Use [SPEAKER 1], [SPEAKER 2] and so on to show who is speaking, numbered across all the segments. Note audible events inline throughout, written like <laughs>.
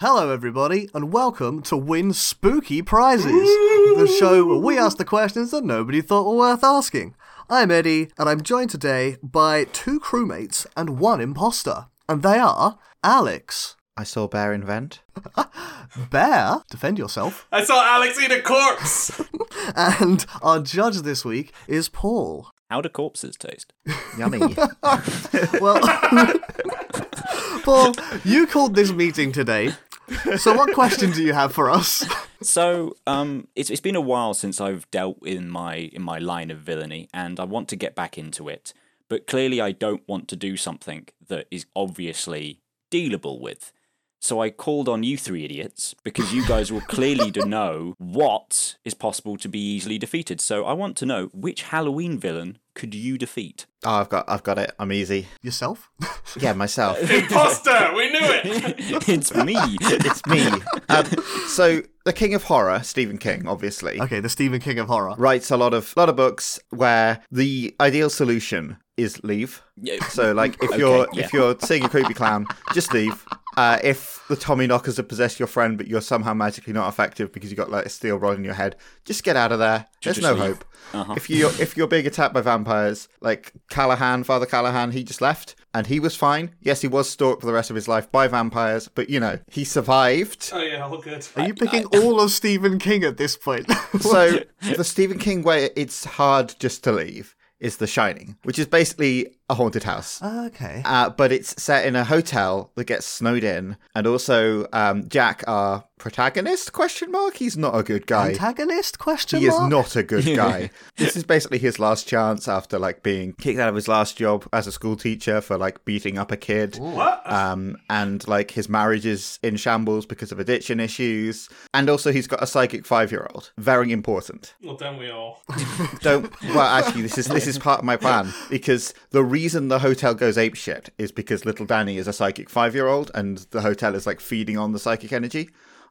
[SPEAKER 1] Hello, everybody, and welcome to Win Spooky Prizes, the show where we ask the questions that nobody thought were worth asking. I'm Eddie, and I'm joined today by two crewmates and one imposter, and they are Alex.
[SPEAKER 2] I saw Bear invent.
[SPEAKER 1] Bear, defend yourself.
[SPEAKER 3] I saw Alex eat a corpse.
[SPEAKER 1] And our judge this week is Paul.
[SPEAKER 4] How do corpses taste?
[SPEAKER 2] Yummy. Oh,
[SPEAKER 1] Well, <laughs> Paul, you called this meeting today. So, what question do you have for us? <laughs>
[SPEAKER 4] So, um, it's, it's been a while since I've dealt in my in my line of villainy, and I want to get back into it. But clearly, I don't want to do something that is obviously dealable with. So I called on you three idiots because you guys will clearly to know what is possible to be easily defeated. So I want to know which Halloween villain could you defeat? <laughs>
[SPEAKER 2] oh, I've got, I've got it. I'm easy.
[SPEAKER 1] Yourself? <laughs>
[SPEAKER 2] Yeah, myself.
[SPEAKER 3] Imposter. We knew
[SPEAKER 4] <laughs>
[SPEAKER 3] it.
[SPEAKER 4] it's me.
[SPEAKER 2] it's me. Um, so the King of Horror, Stephen King, obviously.
[SPEAKER 1] Okay, the Stephen King of horror.
[SPEAKER 2] Writes a lot of lot of books where the ideal solution is leave.
[SPEAKER 4] Yeah.
[SPEAKER 2] So like if you're
[SPEAKER 4] yeah.
[SPEAKER 2] if you're seeing a creepy clown, just leave. Uh, if the Tommy knockers have possessed your friend, but you're somehow magically not effective because you got like a steel rod in your head, just get out of there. There's
[SPEAKER 4] just
[SPEAKER 2] no
[SPEAKER 4] leave. Uh-huh.
[SPEAKER 2] hope. If you if you're being attacked by vampires, like Callahan, Father Callahan, he just left and he was fine. Yes, he was stalked for the rest of his life by vampires, but you know he
[SPEAKER 4] <laughs>
[SPEAKER 2] survived.
[SPEAKER 3] Oh yeah, all good.
[SPEAKER 1] Are you picking all of Stephen King at this point?
[SPEAKER 2] So the Stephen King way it's hard just to leave is The Shining, which is basically a haunted
[SPEAKER 1] <laughs>
[SPEAKER 2] house.
[SPEAKER 1] okay.
[SPEAKER 2] Uh, but it's set in a hotel that gets snowed in, and also um, Jack, our protagonist? Question mark. He's not a good guy.
[SPEAKER 1] Antagonist? Question
[SPEAKER 2] He is
[SPEAKER 1] mark?
[SPEAKER 2] not a good guy. this is basically his last chance after like being kicked out of his last job as a school teacher for like beating up a kid.
[SPEAKER 3] What?
[SPEAKER 2] Um, and like his marriage is in shambles because of addiction issues, and also he's got a psychic five-year-old. Very important
[SPEAKER 3] Well, don't we all?
[SPEAKER 2] don't well actually this is this is part of my plan because the reason the hotel goes apeshit is because little danny is a psychic five-year-old and the hotel is like feeding on the psychic energy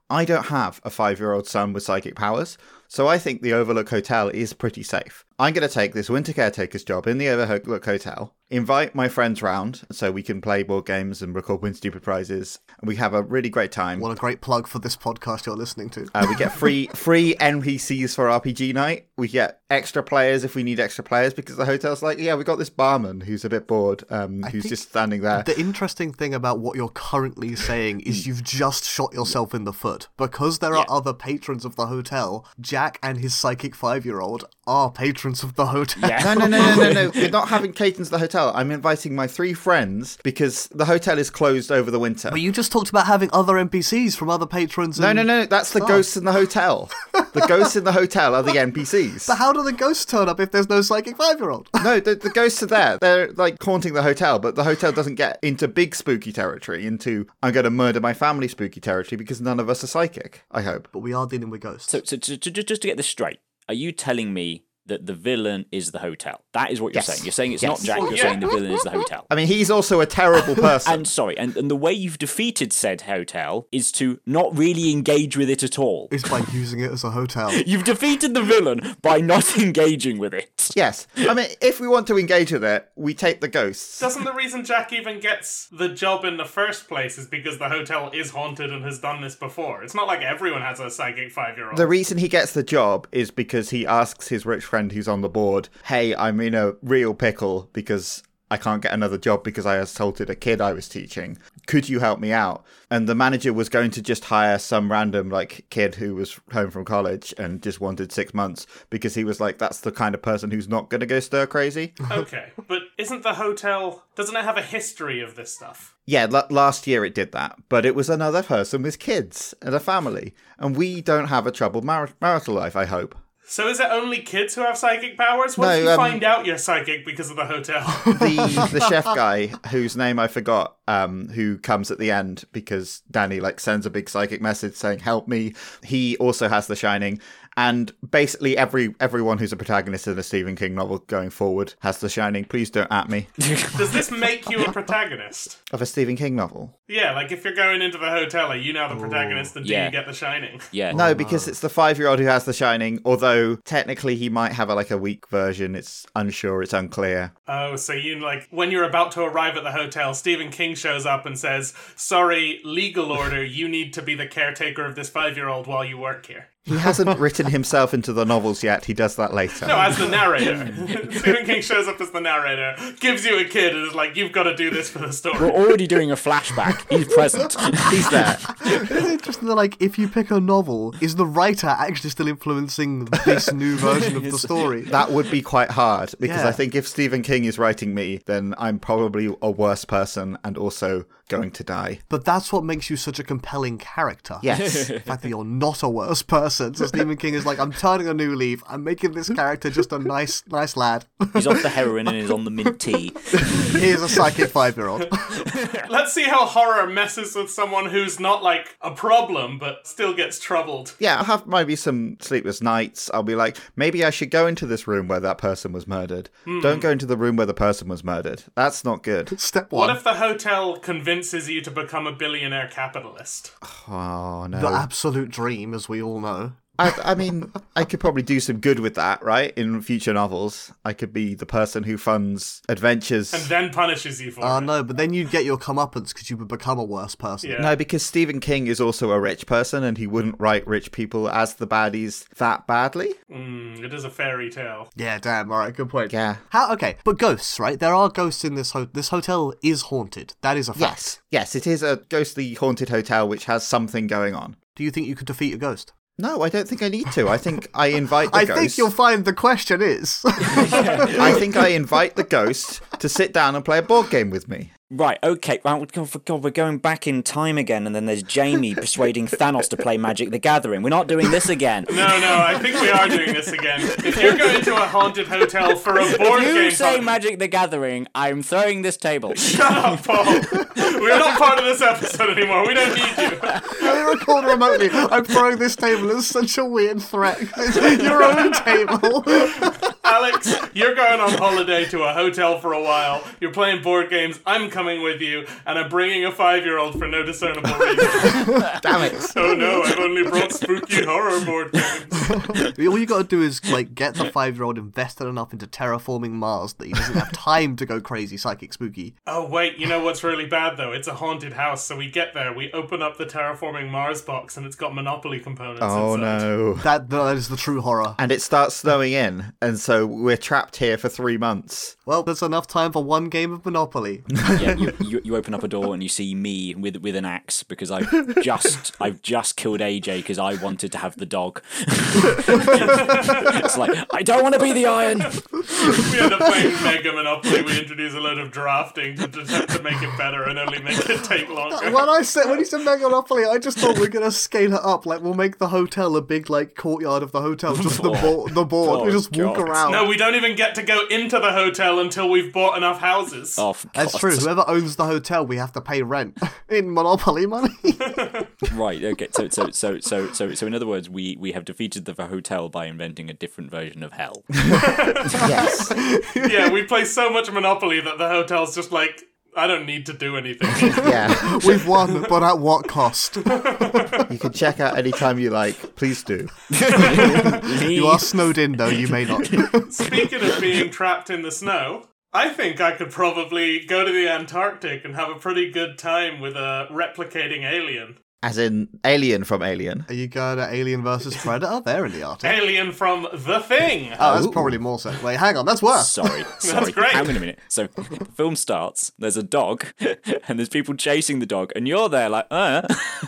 [SPEAKER 2] i don't have a five-year-old son with psychic powers so i think the overlook hotel is pretty safe i'm going to take this winter caretaker's job in the overlook hotel invite my friends round so we can play board games and record win stupid prizes and we have a really great time
[SPEAKER 1] What a great plug for this podcast you're listening to.
[SPEAKER 2] uh, we
[SPEAKER 1] <laughs>
[SPEAKER 2] get free free NPCs for RPG night. We get extra players if we need extra players because the hotel's like, yeah, we got this barman who's a bit bored, um, who's
[SPEAKER 1] think-
[SPEAKER 2] just standing there.
[SPEAKER 1] the interesting thing about what you're currently saying is you've just shot yourself in the foot. Because there are other patrons of the hotel, Jack and his psychic five year old are patrons of the hotel.
[SPEAKER 2] No, no, no, no, no, no. We're not having Caton's the hotel. I'm inviting my three friends because the hotel is closed over the winter.
[SPEAKER 1] <laughs> But you just talked about having other NPCs from other patrons.
[SPEAKER 2] No,
[SPEAKER 1] and-
[SPEAKER 2] no, no. That's the ghosts in the hotel. The ghosts in the hotel are the
[SPEAKER 1] <laughs>
[SPEAKER 2] NPCs.
[SPEAKER 1] How do the ghosts turn up if there's no psychic five year old?
[SPEAKER 2] No, the, the ghosts are there. They're like haunting the hotel, but the hotel doesn't get into big spooky territory, into I'm going to murder my family spooky territory because none of us are psychic, I hope.
[SPEAKER 1] <laughs> but we are dealing with ghosts.
[SPEAKER 4] So, so, so, ju- ju- just to get this straight, are you telling me that the villain is the hotel? That is what you're
[SPEAKER 2] Yes.
[SPEAKER 4] saying. You're saying it's
[SPEAKER 2] Yes.
[SPEAKER 4] not Jack. You're saying the villain is the hotel.
[SPEAKER 2] I mean, he's also a terrible person.
[SPEAKER 4] And sorry, and, and the way you've defeated said hotel is to not really engage with it at all. <laughs>
[SPEAKER 1] It's by using it as a <laughs> hotel.
[SPEAKER 4] You've defeated the villain by not <laughs> engaging with it.
[SPEAKER 2] yes. I mean, if we want to engage with it, we take the ghosts.
[SPEAKER 3] <laughs> Doesn't the reason Jack even gets the job in the first place is because the hotel is haunted and has done this before? It's not like everyone has a psychic five-year-old.
[SPEAKER 2] The reason he gets the job is because he asks his rich friend who's on the board, Hey, I'm in a real pickle because I can't get another job because I assaulted a kid I was teaching. Could you help me out? And the manager was going to just hire some random like kid who was home from college and just wanted six months because he was like, That's the kind of person who's not gonna go stir crazy.
[SPEAKER 3] okay, but isn't the hotel? Doesn't it have a history of this stuff?
[SPEAKER 2] Yeah, l- last year it did that, but it was another person with kids and a family, and we don't have a troubled mar- marital life. I hope.
[SPEAKER 3] So is it only kids who have psychic powers? What
[SPEAKER 2] No,
[SPEAKER 3] if you
[SPEAKER 2] um,
[SPEAKER 3] find out you're psychic because of
[SPEAKER 2] <laughs>
[SPEAKER 3] the hotel?
[SPEAKER 2] The the chef guy whose name I forgot, um, who comes at the end because Danny like sends a big psychic message saying "Help me." He also has the shining, And basically, every everyone who's a protagonist in a Stephen King novel going forward has The Shining. Please don't at me
[SPEAKER 3] Does this make you a protagonist?
[SPEAKER 2] of a Stephen King novel.
[SPEAKER 3] Yeah, like if you're going into the hotel, are you now the protagonist and do
[SPEAKER 4] Yeah.
[SPEAKER 3] you get the shining?
[SPEAKER 4] Yeah.
[SPEAKER 2] No, because it's the five-year-old who has The Shining. Although technically, he might have a, like a weak version. It's unsure. It's unclear.
[SPEAKER 3] Oh, so you like when you're about to arrive at the hotel, Stephen King shows up and says, Sorry, legal order, you need to be the caretaker of this five year old while you work here.
[SPEAKER 2] He hasn't written himself into the novels yet. He does that later.
[SPEAKER 3] No, as the narrator. <laughs> Stephen King shows up as the narrator, gives you a kid, and is like, You've got to do this for the
[SPEAKER 4] We're
[SPEAKER 3] story.
[SPEAKER 4] already doing a flashback. He's
[SPEAKER 2] <laughs>
[SPEAKER 4] present.
[SPEAKER 2] He's there.
[SPEAKER 1] It's interesting that, like, if you pick a novel, is the writer actually still influencing this
[SPEAKER 2] <laughs>
[SPEAKER 1] new version of the story?
[SPEAKER 2] That would be quite hard because
[SPEAKER 1] Yeah.
[SPEAKER 2] I think if Stephen King is writing me, then I'm probably a worse person and also going to die.
[SPEAKER 1] But that's what makes you such a compelling character.
[SPEAKER 2] Yes.
[SPEAKER 1] The fact that you're not a worse person. So Stephen King is like, I'm turning a new leaf. I'm making this character just a nice, nice lad. <laughs>
[SPEAKER 4] He's off the heroin and is on the mint tea.
[SPEAKER 1] Here's a psychic five-year-old. <laughs>
[SPEAKER 3] Let's see how horror messes with someone who's not like a problem, but still gets troubled.
[SPEAKER 2] yeah, I'll have maybe some sleepless nights. I'll be like, maybe I should go into this room where that person was murdered. Don't go into the room where the person was murdered. That's not good.
[SPEAKER 1] Step
[SPEAKER 3] What
[SPEAKER 1] one.
[SPEAKER 3] if the hotel convinces you to become a billionaire capitalist?
[SPEAKER 2] Oh,
[SPEAKER 1] the
[SPEAKER 2] no.
[SPEAKER 1] absolute dream, as we all know.
[SPEAKER 2] I, I mean, I could probably do some good with that, right? In future novels, I could be the person who funds adventures.
[SPEAKER 3] And then punishes you for
[SPEAKER 1] Oh
[SPEAKER 3] it.
[SPEAKER 1] no, but then you'd get your comeuppance because you would become a worse person.
[SPEAKER 3] Yeah.
[SPEAKER 2] No, because Stephen King is also a rich person and he wouldn't write rich people as the baddies that badly.
[SPEAKER 3] Mm, it is a fairy tale.
[SPEAKER 1] Yeah, damn. All right, good point.
[SPEAKER 2] Yeah.
[SPEAKER 1] How? Okay, but ghosts, right? There are ghosts in this. Ho- this hotel is haunted. That is a fact.
[SPEAKER 2] Yes. Yes, it is a ghostly haunted hotel which has something going on.
[SPEAKER 1] Do you think you could defeat a ghost?
[SPEAKER 2] No, I don't think I need to. I think I invite
[SPEAKER 1] <laughs>
[SPEAKER 2] the
[SPEAKER 1] I
[SPEAKER 2] ghost.
[SPEAKER 1] think you'll find the question is. <laughs>
[SPEAKER 2] I think I invite the ghost to sit down and play a board game with me.
[SPEAKER 4] Right, okay. Well, God, for God, we're going back in time again, and then there's Jamie persuading Thanos to play Magic the Gathering. We're not doing this again.
[SPEAKER 3] No, no, I think we are doing this again. If you're going to a haunted hotel for a board
[SPEAKER 4] You
[SPEAKER 3] game,
[SPEAKER 4] say
[SPEAKER 3] party- <laughs>
[SPEAKER 4] Magic the Gathering, I'm throwing this table.
[SPEAKER 3] shut up, Paul. We're not part of this episode anymore. We don't need you.
[SPEAKER 1] I record remotely. I'm throwing this table as such a weird threat. <laughs> It's your own table.
[SPEAKER 3] Alex, you're going on holiday to a hotel for a while. You're playing board games. I'm coming with you, and I'm bringing a five-year-old for no discernible reason.
[SPEAKER 2] Damn it.
[SPEAKER 3] Oh no, I've only brought spooky horror board games.
[SPEAKER 1] <laughs> All you gotta do is like get the five year old invested enough into terraforming Mars that he doesn't have time to go crazy psychic spooky.
[SPEAKER 3] Oh wait, you know what's really bad though? It's a haunted house. So we get there, we open up the terraforming Mars box, and it's got Monopoly components.
[SPEAKER 2] Oh
[SPEAKER 3] inside.
[SPEAKER 2] no.
[SPEAKER 1] That that is the true horror.
[SPEAKER 2] And it starts snowing in, and so we're trapped here for three months.
[SPEAKER 1] Well, there's enough time for one game of Monopoly.
[SPEAKER 4] <laughs> yeah, you, you, you open up a door and you see me with with an axe because <laughs> I've just I've just killed AJ because I wanted to have the <laughs> dog. it's like I don't want to be the iron.
[SPEAKER 3] We end up playing Mega Monopoly. We introduce a load of drafting to, to, to make it better and only make it take longer.
[SPEAKER 1] <laughs> When I said when you said Mega Monopoly, I just thought we're gonna scale it up. Like we'll make the hotel a big like courtyard of the hotel, just the board. The board. we
[SPEAKER 4] Oh,
[SPEAKER 1] just walk
[SPEAKER 4] God.
[SPEAKER 1] around.
[SPEAKER 3] No, we don't even get to go into the hotel until we've bought enough houses.
[SPEAKER 4] Oh, for
[SPEAKER 1] That's
[SPEAKER 4] God's <laughs>
[SPEAKER 1] true. Whoever owns the hotel, we have to pay rent <laughs> in Monopoly money. <laughs>
[SPEAKER 4] Right. Okay. So so so so so so in other words, we we have defeated the hotel by inventing a different version of hell.
[SPEAKER 2] <laughs> Yes.
[SPEAKER 3] Yeah, we play so much Monopoly that the hotel's just like, I don't need to do anything.
[SPEAKER 2] <laughs> yeah.
[SPEAKER 1] We've won, but at what cost?
[SPEAKER 2] You can check out anytime you like. Please do.
[SPEAKER 1] <laughs> You are snowed in, though. You may not. <laughs>
[SPEAKER 3] Speaking of being trapped in the snow, I think I could probably go to the Antarctic and have a pretty good time with a replicating alien.
[SPEAKER 2] As in Alien from Alien.
[SPEAKER 1] Are you going to Alien versus Predator? They're in the Arctic.
[SPEAKER 3] Alien from The Thing!
[SPEAKER 1] Oh, that's probably more so. Wait, hang on, that's worse.
[SPEAKER 4] Sorry, sorry.
[SPEAKER 3] great.
[SPEAKER 4] Hang on a minute. So, the film starts. There's a dog, <laughs> and there's people chasing the dog, and you're there like, uh.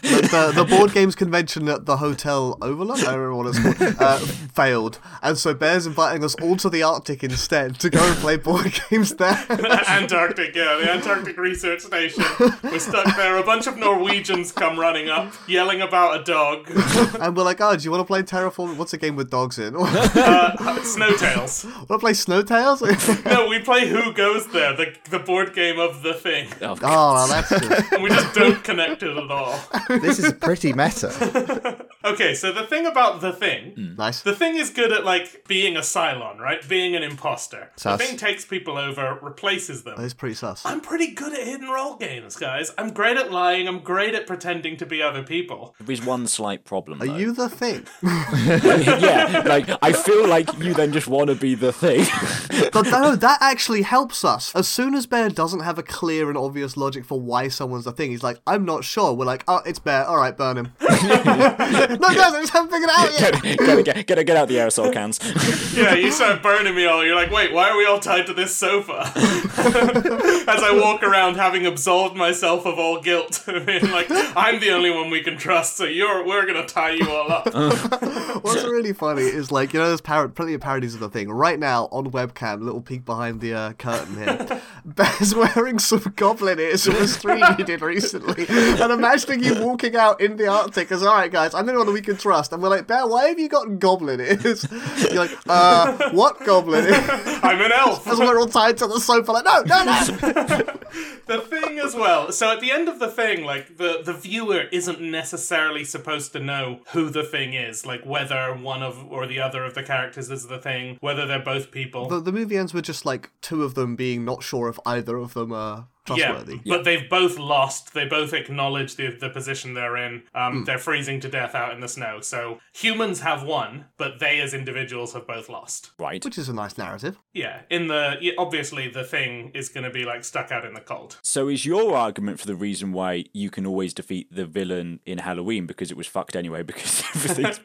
[SPEAKER 1] the, the board games convention at the Hotel Overlook, I remember what it's called, uh, failed. And so Bear's inviting us all to the Arctic instead to go and play board <laughs> games
[SPEAKER 3] <laughs>
[SPEAKER 1] there.
[SPEAKER 3] Antarctic, yeah, the Antarctic Research Station. We're stuck there. A bunch of Norwegians come running turning up, yelling about a dog. <laughs>
[SPEAKER 1] and we're like, oh, do you want to play Terraform? What's a game with dogs in? <laughs> want
[SPEAKER 3] Uh, Snowtails.
[SPEAKER 1] to play Snow Tales? <laughs> oh,
[SPEAKER 3] No, we play Who Goes There, the, the board game of the thing.
[SPEAKER 4] Oh, God.
[SPEAKER 1] well, that's good.
[SPEAKER 3] And we just don't connect it at all.
[SPEAKER 2] this is pretty meta.
[SPEAKER 3] Okay, so the thing about the thing
[SPEAKER 1] nice.
[SPEAKER 3] The thing is good at like being a Cylon, right? Being an imposter.
[SPEAKER 2] Sus.
[SPEAKER 3] The thing takes people over, replaces them.
[SPEAKER 1] That's pretty sus.
[SPEAKER 3] I'm pretty good at hidden role games, guys. I'm great at lying. I'm great at pretending to be other people.
[SPEAKER 4] There is one slight problem.
[SPEAKER 1] Are
[SPEAKER 4] though.
[SPEAKER 1] you the thing?
[SPEAKER 4] <laughs> yeah, like I feel like you then just want to be the thing. <laughs>
[SPEAKER 1] But no, that actually helps us. As soon as Bear doesn't have a clear and obvious logic for why someone's the thing, he's like, I'm not sure. We're like, oh, it's Bear. All right, burn him. <laughs> no, guys, I just haven't figured it out yet.
[SPEAKER 4] gotta, get, gotta get out the aerosol cans. <laughs>
[SPEAKER 3] Yeah, you start burning me all. You're like, wait, why are we all tied to this sofa? <laughs> As I walk around, having absolved myself of all guilt, <laughs> being like, I'm the only one we can trust. So you're, we're gonna tie you all up.
[SPEAKER 1] What's really funny is like you know there's par- plenty of parodies of the thing right now on webcam. Little peek behind the uh, curtain here. Bear's wearing some goblin ears from a stream he did recently, and imagining you walking out in the Arctic as all right, guys, I'm the only one we can trust. And we're like, Bear, why have you got goblin ears? <laughs> You're like, uh, what goblin ears? <laughs>
[SPEAKER 3] I'm an elf.
[SPEAKER 1] As we're all tied to the sofa, like, no, no, no.
[SPEAKER 3] the thing as well. So at the end of the thing, like the the viewer isn't necessarily supposed to know who the thing is, like whether one of or the other of the characters is the thing, whether they're both people.
[SPEAKER 1] The, the movie ends with just like two of them being not sure if either of them are
[SPEAKER 3] yeah,
[SPEAKER 1] trustworthy.
[SPEAKER 3] but they've both lost. They both acknowledge the, the position they're in. Um, They're freezing to death out in the snow. So humans have won, but they as individuals have both lost.
[SPEAKER 4] Right.
[SPEAKER 1] Which is a nice narrative.
[SPEAKER 3] Yeah, in the yeah, obviously the thing is going to be like stuck out in the cold.
[SPEAKER 4] So is your argument for the reason why you can always defeat the villain in Halloween because it was fucked anyway because <laughs>
[SPEAKER 1] <laughs>
[SPEAKER 4] everything's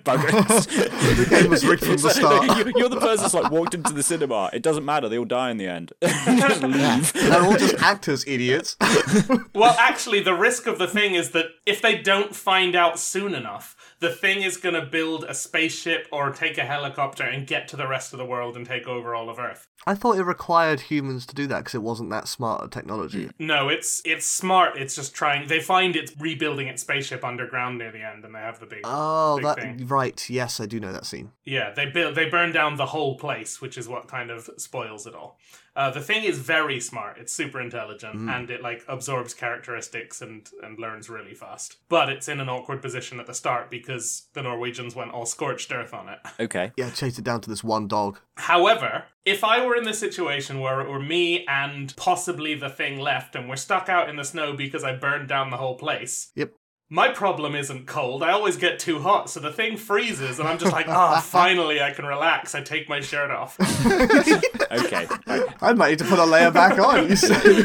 [SPEAKER 4] buggers?
[SPEAKER 1] The game was rigged from the start.
[SPEAKER 4] <laughs> you, you're the person that's like walked into the cinema. It doesn't matter. They all die in the end. <laughs> just leave.
[SPEAKER 1] They're all <laughs> just actors, idiots.
[SPEAKER 3] Well, actually, the risk of the thing is that if they don't find out soon enough, the thing is going to build a spaceship or take a helicopter and get to the rest of the world and take over all of Earth.
[SPEAKER 1] I thought it required humans to do that because it wasn't that smart a technology.
[SPEAKER 3] No, it's it's smart. It's just trying. They find it's rebuilding its spaceship underground near the end, and they have the big.
[SPEAKER 1] Oh,
[SPEAKER 3] Big
[SPEAKER 1] that
[SPEAKER 3] thing.
[SPEAKER 1] right. Yes, I do know that scene.
[SPEAKER 3] Yeah, they build, they burn down the whole place, which is what kind of spoils it all. Uh, the thing is very smart. It's super intelligent, and it like absorbs characteristics and and learns really fast. But it's in an awkward position at the start because the Norwegians went all scorched earth on it. <laughs>
[SPEAKER 4] Okay.
[SPEAKER 1] Yeah, chased it down to this one dog.
[SPEAKER 3] However, if I were in this situation where it were me and possibly the thing left, and we're stuck out in the snow because I burned down the whole place.
[SPEAKER 1] Yep.
[SPEAKER 3] My problem isn't cold. I always get too hot, so the thing freezes, and I'm just like, ah, finally I can relax. I take my shirt off. <laughs>
[SPEAKER 4] Okay.
[SPEAKER 1] I might need to put a layer back on. <laughs> You see,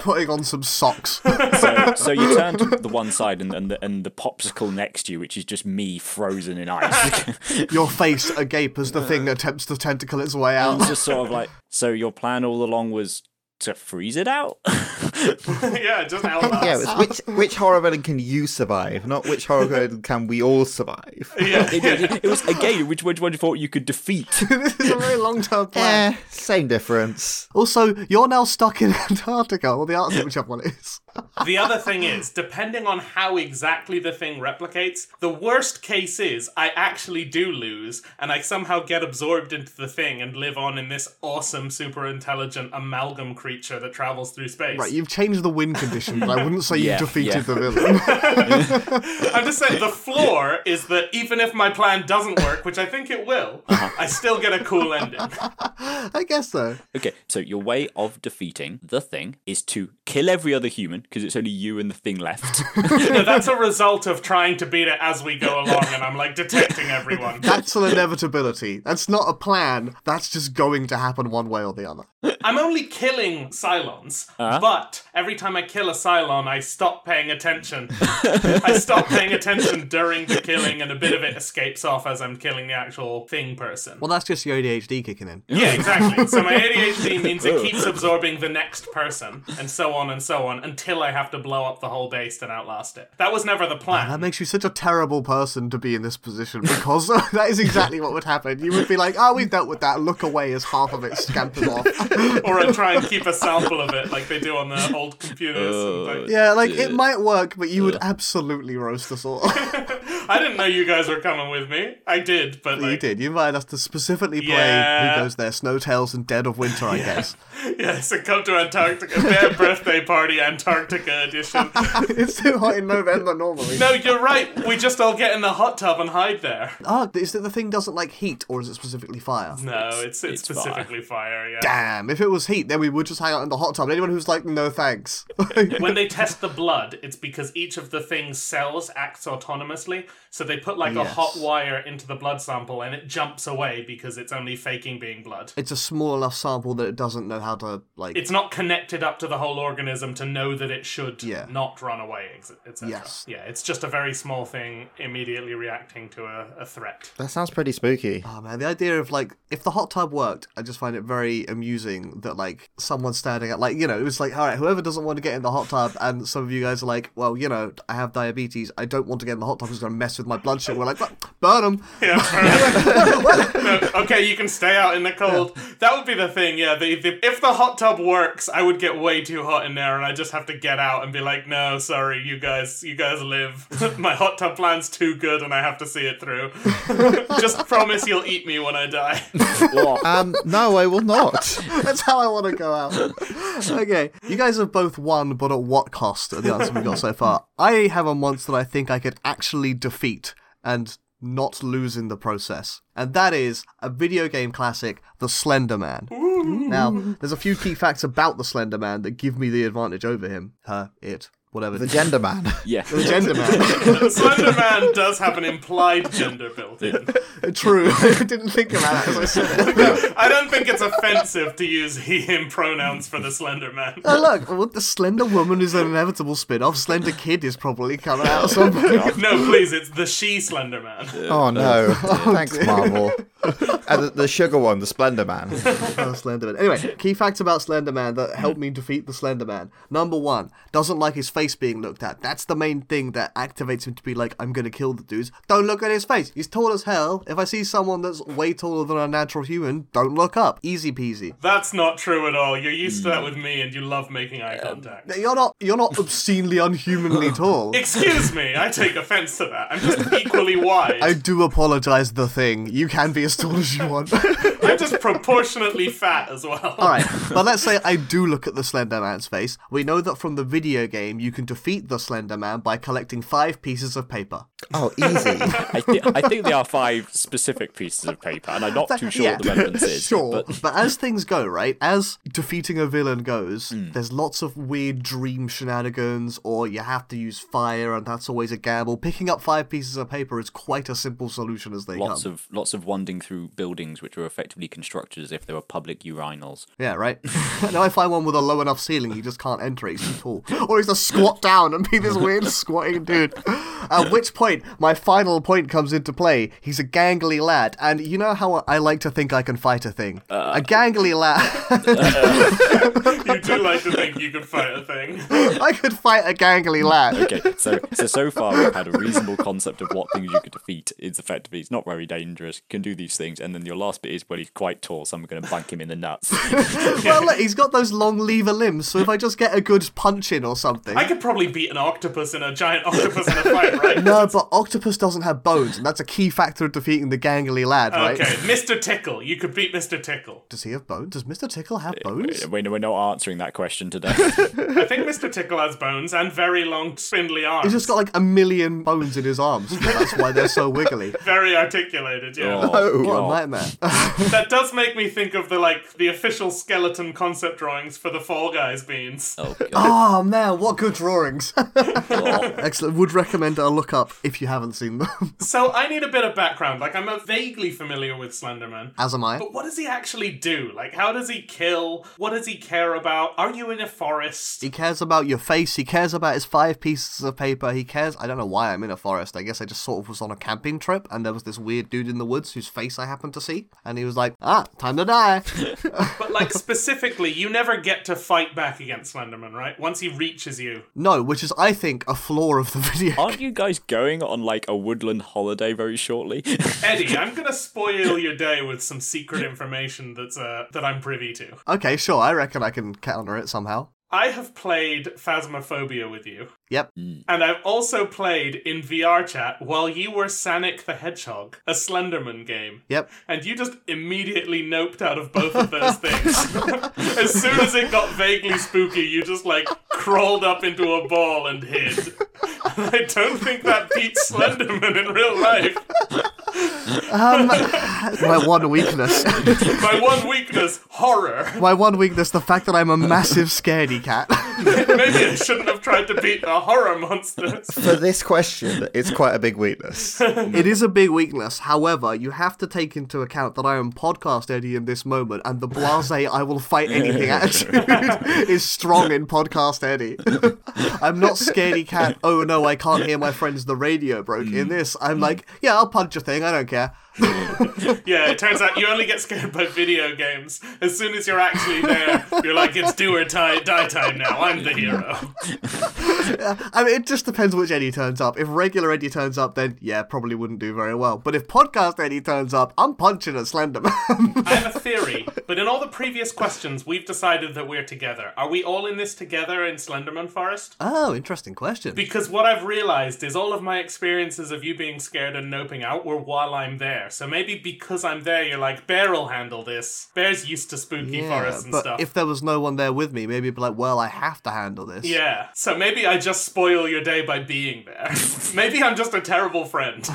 [SPEAKER 1] putting on some socks.
[SPEAKER 4] So, so you turn to the one side and, and, the, and the popsicle next to you, which is just me frozen in ice. <laughs>
[SPEAKER 1] Your face agape as the thing attempts to tentacle its way out.
[SPEAKER 4] <laughs>
[SPEAKER 1] <laughs>
[SPEAKER 4] It's just sort of like, so your plan all along was to freeze it out? <laughs>
[SPEAKER 3] yeah, just out
[SPEAKER 2] yeah,
[SPEAKER 3] yeah,
[SPEAKER 2] it's which which horror villain can you survive, not which horror villain can we all survive?
[SPEAKER 3] <laughs>
[SPEAKER 4] it, it- it was a game which which one you thought you could defeat.
[SPEAKER 1] this is a very long-term plan.
[SPEAKER 2] Eh, same difference.
[SPEAKER 1] Also, you're now stuck in <laughs> Antarctica or the Arctic, whichever one it is.
[SPEAKER 3] The other thing is, depending on how exactly the thing replicates, the worst case is I actually do lose, and I somehow get absorbed into the thing and live on in this awesome, super intelligent amalgam creature that travels through space.
[SPEAKER 1] Right, you've changed the win condition, but I wouldn't say
[SPEAKER 4] Yeah,
[SPEAKER 1] you've defeated
[SPEAKER 4] yeah.
[SPEAKER 1] the villain. <laughs>
[SPEAKER 3] I'm just saying the floor is that even if my plan doesn't work, which I think it will, I still get a cool ending.
[SPEAKER 1] I guess so.
[SPEAKER 4] Okay, so your way of defeating the thing is to kill every other human because it's only you and the thing left.
[SPEAKER 3] No, that's a result of trying to beat it as we go along, and I'm like detecting everyone.
[SPEAKER 1] That's an inevitability. That's not a plan. That's just going to happen one way or the other.
[SPEAKER 3] I'm only killing Cylons,
[SPEAKER 1] Uh-huh.
[SPEAKER 3] but every time I kill a Cylon, I stop paying attention. I stop paying attention during the killing, and a bit of it escapes off as I'm killing the actual thing person.
[SPEAKER 1] Well, that's just your ADHD kicking in. <laughs>
[SPEAKER 3] Yeah, exactly. So my ADHD means it keeps absorbing the next person, and so on and so on, until I have to blow up the whole base and outlast it. That was never the
[SPEAKER 1] That
[SPEAKER 3] plan.
[SPEAKER 1] makes you such a terrible person to be in this position <laughs> because that is exactly what would happen. You would be like, oh, we've <laughs> dealt with that. Look away as half of it scampers off.
[SPEAKER 3] Or I try and keep a sample of it, like they do on the to hold computers and things.
[SPEAKER 1] Yeah, like it might work, but you would absolutely roast us all. <laughs>
[SPEAKER 3] I didn't know you guys were coming with me. I did, but
[SPEAKER 1] you
[SPEAKER 3] like,
[SPEAKER 1] did. You invited us to specifically play
[SPEAKER 3] Yeah.
[SPEAKER 1] Who Goes There, Snow Tales and Dead of Winter, I guess. <laughs>
[SPEAKER 3] yes, and come to Antarctica. Their birthday party, Antarctica edition.
[SPEAKER 1] it's too hot in November normally.
[SPEAKER 3] <laughs> No, you're right. We just all get in the hot tub and hide there.
[SPEAKER 1] Ah, is it the thing doesn't like heat, or is it specifically fire?
[SPEAKER 3] No, it's it's,
[SPEAKER 4] it's
[SPEAKER 3] specifically fire. yeah.
[SPEAKER 1] Damn, if it was heat, then we would just hang out in the hot tub. Anyone who's like, no thanks. <laughs>
[SPEAKER 3] when they test the blood, it's because each of the thing's cells acts autonomously. So they put like a
[SPEAKER 1] Yes.
[SPEAKER 3] hot wire into the blood sample and it jumps away because it's only faking being blood.
[SPEAKER 1] it's a small enough sample that it doesn't know how to, like.
[SPEAKER 3] It's not connected up to the whole organism to know that it should
[SPEAKER 1] Yeah.
[SPEAKER 3] not run away, ex- etc.
[SPEAKER 1] Yes.
[SPEAKER 3] Yeah, it's just a very small thing immediately reacting to a,
[SPEAKER 1] <laughs>
[SPEAKER 3] a threat.
[SPEAKER 2] That sounds pretty spooky.
[SPEAKER 1] Oh man, the idea of like if the hot tub worked, I just find it very amusing that like someone standing at like you know it was like all right, whoever doesn't want to get in the hot tub, and some of you guys are like, well, you know, I have diabetes, I don't want to get in the hot tub, it's gonna mess with my blood sugar. We're like, "Well, burn them.
[SPEAKER 3] Yeah, perfect. No, okay, you can stay out in the cold. That would be the thing, yeah. The, the, if the hot tub works, I would get way too hot in there and I just have to get out and be like, no, sorry, you guys you guys live. <laughs> My hot tub plan's too good and I have to see it through. <laughs> just promise you'll eat me when I die. <laughs>
[SPEAKER 2] Um, no, I will not.
[SPEAKER 1] That's how I want to go out. okay, you guys have both won, but at what cost? Are the answer we got so far. I have a monster that I think I could actually defeat and not lose in the process, and that is a video game classic, The Slender Man. Now, there's a few key facts about The Slender Man that give me the advantage over him, her, it, whatever.
[SPEAKER 2] The gender man.
[SPEAKER 4] Yeah.
[SPEAKER 1] The Gender Man.
[SPEAKER 3] Slender Man does have an implied gender built-in.
[SPEAKER 1] <laughs> True. <laughs> I didn't think about it as I said it.
[SPEAKER 3] I don't think it's offensive to use he him pronouns for the Slender Man.
[SPEAKER 1] Oh, look, well, the Slender Woman is an inevitable spin off. Slender Kid is probably coming out at some <laughs> point.
[SPEAKER 3] No, please, it's the she Slender Man.
[SPEAKER 2] Oh no! Thanks, Marvel. And the, the sugar one, the Splendor Man.
[SPEAKER 1] Oh, Slenderman. Anyway, key facts about Slenderman that helped me defeat the Slenderman. Number one, doesn't like his face being looked at. That's the main thing that activates him to be like, I'm gonna kill the dudes. Don't look at his face. He's tall as hell. If I see someone that's way taller than a natural human, don't look up. Easy peasy.
[SPEAKER 3] That's not true at all. You're used
[SPEAKER 1] Mm.
[SPEAKER 3] to that with me, and you love making eye
[SPEAKER 1] Um,
[SPEAKER 3] contact.
[SPEAKER 1] You're not you're not obscenely unhumanly tall.
[SPEAKER 3] Excuse me, I take offense to that. I'm just equally wide.
[SPEAKER 1] I do apologize the thing. You can be as tall as you want. <laughs>
[SPEAKER 3] I'm just proportionately fat as well.
[SPEAKER 1] All right, but let's say I do look at the Slender Man's face. We know that from the video game, you can defeat the Slender Man by collecting five pieces of paper.
[SPEAKER 2] Oh, easy.
[SPEAKER 4] I, thi- I think there are five specific pieces of paper, and I'm not too sure what the relevance is.
[SPEAKER 1] <laughs> Sure,
[SPEAKER 4] But
[SPEAKER 1] but... as things go, right, as defeating a villain goes,
[SPEAKER 4] Hmm.
[SPEAKER 1] there's lots of weird dream shenanigans, or you have to use fire, and that's always a gamble. Picking up five pieces of paper is quite a simple solution as they
[SPEAKER 4] lots
[SPEAKER 1] come.
[SPEAKER 4] of lots of wandering through buildings which were effectively constructed as if they were public urinals.
[SPEAKER 1] Yeah,
[SPEAKER 4] <laughs>
[SPEAKER 1] right. <laughs> now I find one with a low enough ceiling, he just can't enter. He's too tall, or he's to squat down and be this
[SPEAKER 4] <laughs>
[SPEAKER 1] weird squatting dude. At which point, my final point comes into play. He's a gangly lad, and you know how I like to think I can fight a thing.
[SPEAKER 4] Uh,
[SPEAKER 1] a gangly lad. <laughs>
[SPEAKER 3] You do like to think you could fight a thing. <laughs>
[SPEAKER 1] I could fight a gangly lad.
[SPEAKER 4] Okay, so so so far we've had a reasonable concept of what things you could defeat. It's effectively he's not very dangerous, can do these things, and then your last bit is well he's quite tall, so I'm going to bunk him in the <laughs> nuts.
[SPEAKER 1] <laughs> Well, look, he's got those long lever limbs, so if I just get a good punch in or something.
[SPEAKER 3] I could probably beat an octopus in a giant octopus in a fight,
[SPEAKER 1] <laughs>
[SPEAKER 3] right?
[SPEAKER 1] No, Uh, but octopus doesn't have bones, and that's a key factor of defeating the gangly lad, right?
[SPEAKER 3] Okay, Mr. Tickle. You could beat Mr. Tickle.
[SPEAKER 1] Does he have bones? Does Mr. Tickle have bones?
[SPEAKER 4] we're, we're not answering that question <laughs> today.
[SPEAKER 3] I think Mr. Tickle has bones and very long, spindly arms.
[SPEAKER 1] He's just got like a million bones in his arms. That's why they're so
[SPEAKER 3] <laughs>
[SPEAKER 1] wiggly.
[SPEAKER 3] Very articulated, yeah.
[SPEAKER 4] Oh,
[SPEAKER 1] What a
[SPEAKER 4] God.
[SPEAKER 1] nightmare. <laughs>
[SPEAKER 3] That does make me think of the like the official skeleton concept drawings for the Fall Guys beans.
[SPEAKER 4] Oh, God.
[SPEAKER 1] Oh man, what good
[SPEAKER 3] <laughs>
[SPEAKER 1] drawings. Excellent. Would recommend a look up if you haven't seen them. <laughs>
[SPEAKER 3] So I need a bit of background. Like I'm uh, vaguely familiar with Slenderman.
[SPEAKER 1] As am I.
[SPEAKER 3] But what does he actually do? Like how does he kill? What does he care about? Are you in a forest?
[SPEAKER 1] He cares about your face. He cares about his five pieces of paper. He cares. I don't know why I'm in a forest. I guess I just sort of was on a camping trip, and there was this weird dude in the woods whose face I happened to see, and he was like, "Ah, time to die."
[SPEAKER 3] But like specifically, you never get to fight back against Slenderman, right? Once he reaches you.
[SPEAKER 1] no, which is, I think, a flaw of the video. <laughs>
[SPEAKER 4] Aren't you guys going on like a woodland holiday very shortly?
[SPEAKER 3] Eddie, I'm gonna spoil your day with some secret information that's uh that I'm privy to.
[SPEAKER 1] Okay, sure. I reckon I can counter it somehow.
[SPEAKER 3] I have played Phasmophobia with you,
[SPEAKER 1] Yep.
[SPEAKER 3] and I've also played in VR chat while you were Sonic the Hedgehog, a Slenderman game.
[SPEAKER 1] Yep.
[SPEAKER 3] And you just immediately noped out of both of those things. <laughs> as soon as it got vaguely spooky, you just like crawled up into a ball and hid. <laughs> And I don't think that beats Slenderman in real life.
[SPEAKER 1] Um, my one weakness. <laughs>
[SPEAKER 3] My one weakness, horror. <laughs>
[SPEAKER 1] my one weakness, the fact that I'm a massive scaredy cat. <laughs>
[SPEAKER 3] Maybe I shouldn't have tried to beat the horror monsters.
[SPEAKER 2] For this question, it's quite a big weakness.
[SPEAKER 1] it is a big weakness. However, you have to take into account that I am podcast Eddie in this moment, and the blase I will fight anything attitude <laughs> is strong in podcast Eddie. <laughs> I'm not scaredy cat, oh no, I can't hear my friends, the radio broke. In this, I'm like, yeah, I'll punch a thing, I don't care.
[SPEAKER 3] Yeah, it turns out you only get scared by video games. As soon as you're actually there, you're like, it's do or die, die time now. I'm the hero.
[SPEAKER 1] I mean, it just depends which Eddie turns up. If regular Eddie turns up, then yeah, probably wouldn't do very well. But if podcast Eddie turns up, I'm punching a Slenderman. <laughs>
[SPEAKER 3] I have a theory, but in all the previous questions, we've decided that we're together. Are we all in this together in Slenderman Forest?
[SPEAKER 1] oh, interesting question.
[SPEAKER 3] Because what I've realized is all of my experiences of you being scared and noping out were while I'm there. So maybe because I'm there, you're like, Bear will handle this. Bear's used to spooky forests and
[SPEAKER 1] but
[SPEAKER 3] stuff.
[SPEAKER 1] if there was no one there with me, maybe it'd be like, well, I have to handle this.
[SPEAKER 3] Yeah. So maybe I just spoil your day by being there. <laughs> maybe I'm just a terrible friend.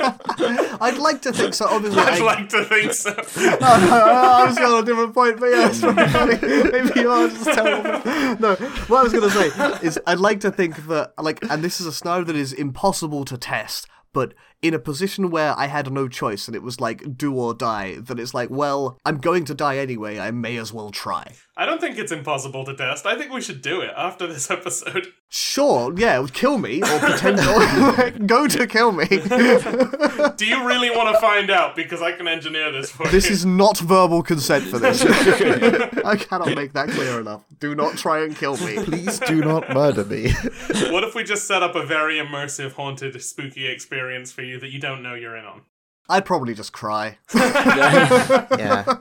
[SPEAKER 1] I'd like to think so.
[SPEAKER 3] <laughs>
[SPEAKER 1] Obviously,
[SPEAKER 3] I'd
[SPEAKER 1] I,
[SPEAKER 3] like to think so.
[SPEAKER 1] I was going on a different point, but yeah, it's very funny. Maybe you are just terrible. No, what I was going to say is I'd like to think that, like, and this is a scenario that is impossible to test, but in a position where I had no choice and it was like do or die, that it's like, well, I'm going to die anyway, I may as well try.
[SPEAKER 3] <laughs> I don't think it's impossible to test. I think we should do it after this episode.
[SPEAKER 1] Sure, yeah, kill me or pretend or
[SPEAKER 3] <laughs>
[SPEAKER 1] go to kill me.
[SPEAKER 3] Do you really want to find out? Because I can engineer this for
[SPEAKER 1] This
[SPEAKER 3] you.
[SPEAKER 1] is not verbal consent for this. I cannot make that clear enough. Do not try and kill me.
[SPEAKER 2] Please do not murder me.
[SPEAKER 3] What if we just set up a very immersive, haunted, spooky experience for you that you don't know you're in on?
[SPEAKER 1] I'd probably just cry.
[SPEAKER 2] <laughs> Yeah.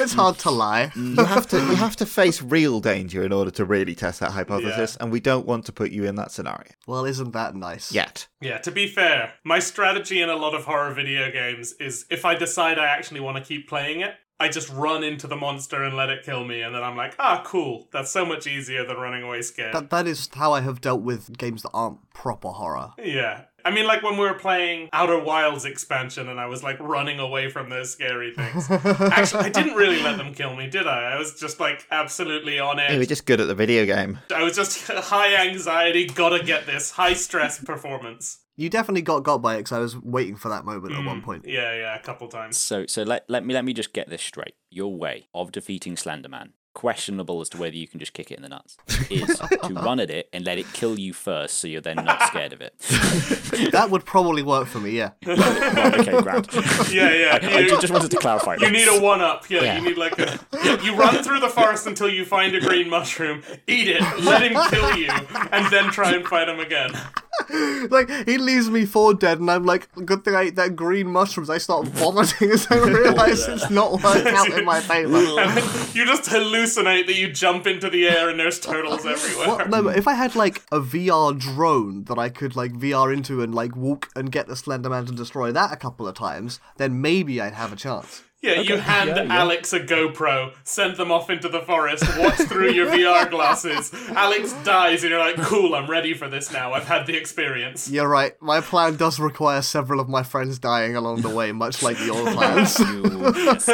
[SPEAKER 1] It's hard to lie.
[SPEAKER 2] You have to you have to face real danger in order to really test that hypothesis, and we don't want to put you in that scenario.
[SPEAKER 1] <laughs> Well, isn't that nice?
[SPEAKER 2] Yet.
[SPEAKER 3] Yeah, to be fair, my strategy in a lot of horror video games is if I decide I actually want to keep playing it, I just run into the monster and let it kill me, and then I'm like, ah, cool. That's so much easier than running away scared.
[SPEAKER 1] That, that is how I have dealt with games that aren't proper horror.
[SPEAKER 3] Yeah. I mean, like when we were playing Outer Wilds expansion and I was like running away from those scary
[SPEAKER 4] <laughs>
[SPEAKER 3] things. Actually, I didn't really let them kill me, did I? I was just like absolutely on
[SPEAKER 2] You were
[SPEAKER 3] edge.
[SPEAKER 2] just good at the video game.
[SPEAKER 3] I was just <laughs> high anxiety, gotta get this, high stress performance.
[SPEAKER 1] You definitely got got by it because I was waiting for that moment at one point.
[SPEAKER 3] Yeah, yeah, a couple times.
[SPEAKER 4] <laughs> So so let, let me let me just get this straight. Your way of defeating Slenderman, questionable as to whether you can just kick it in the nuts, is to run at it and let it kill you first so you're then not scared of it.
[SPEAKER 1] That would probably work for me, yeah.
[SPEAKER 4] <laughs> Right, okay, grand. <laughs>
[SPEAKER 3] Yeah, yeah.
[SPEAKER 4] I, I
[SPEAKER 3] you-
[SPEAKER 4] ju- just wanted to clarify.
[SPEAKER 3] You
[SPEAKER 4] that.
[SPEAKER 3] need a one up. Yeah,
[SPEAKER 2] Yeah.
[SPEAKER 3] you need like a. Yeah, you run through the forest until you find a green mushroom, eat it, let him kill you, and then try and fight him again.
[SPEAKER 1] Like, he leaves me for dead, and I'm like, good thing I ate that green mushrooms. I start vomiting as I realize it's not worked out in my favor.
[SPEAKER 3] And then <laughs> you just hallucinate that you jump into the air and there's turtles everywhere.
[SPEAKER 1] What? No, but if I had like a VR drone that I could like VR into and like walk and get the Slender Man to destroy that a couple of times, then maybe I'd have a chance.
[SPEAKER 3] <laughs> Yeah, you hand Alex a GoPro, send them off into the forest, watch through your VR glasses. Alex dies, and you're like, cool, I'm ready for this now. I've had the experience.
[SPEAKER 1] You're right. My plan does require several of my friends dying along the way, much like your plans.
[SPEAKER 3] <laughs>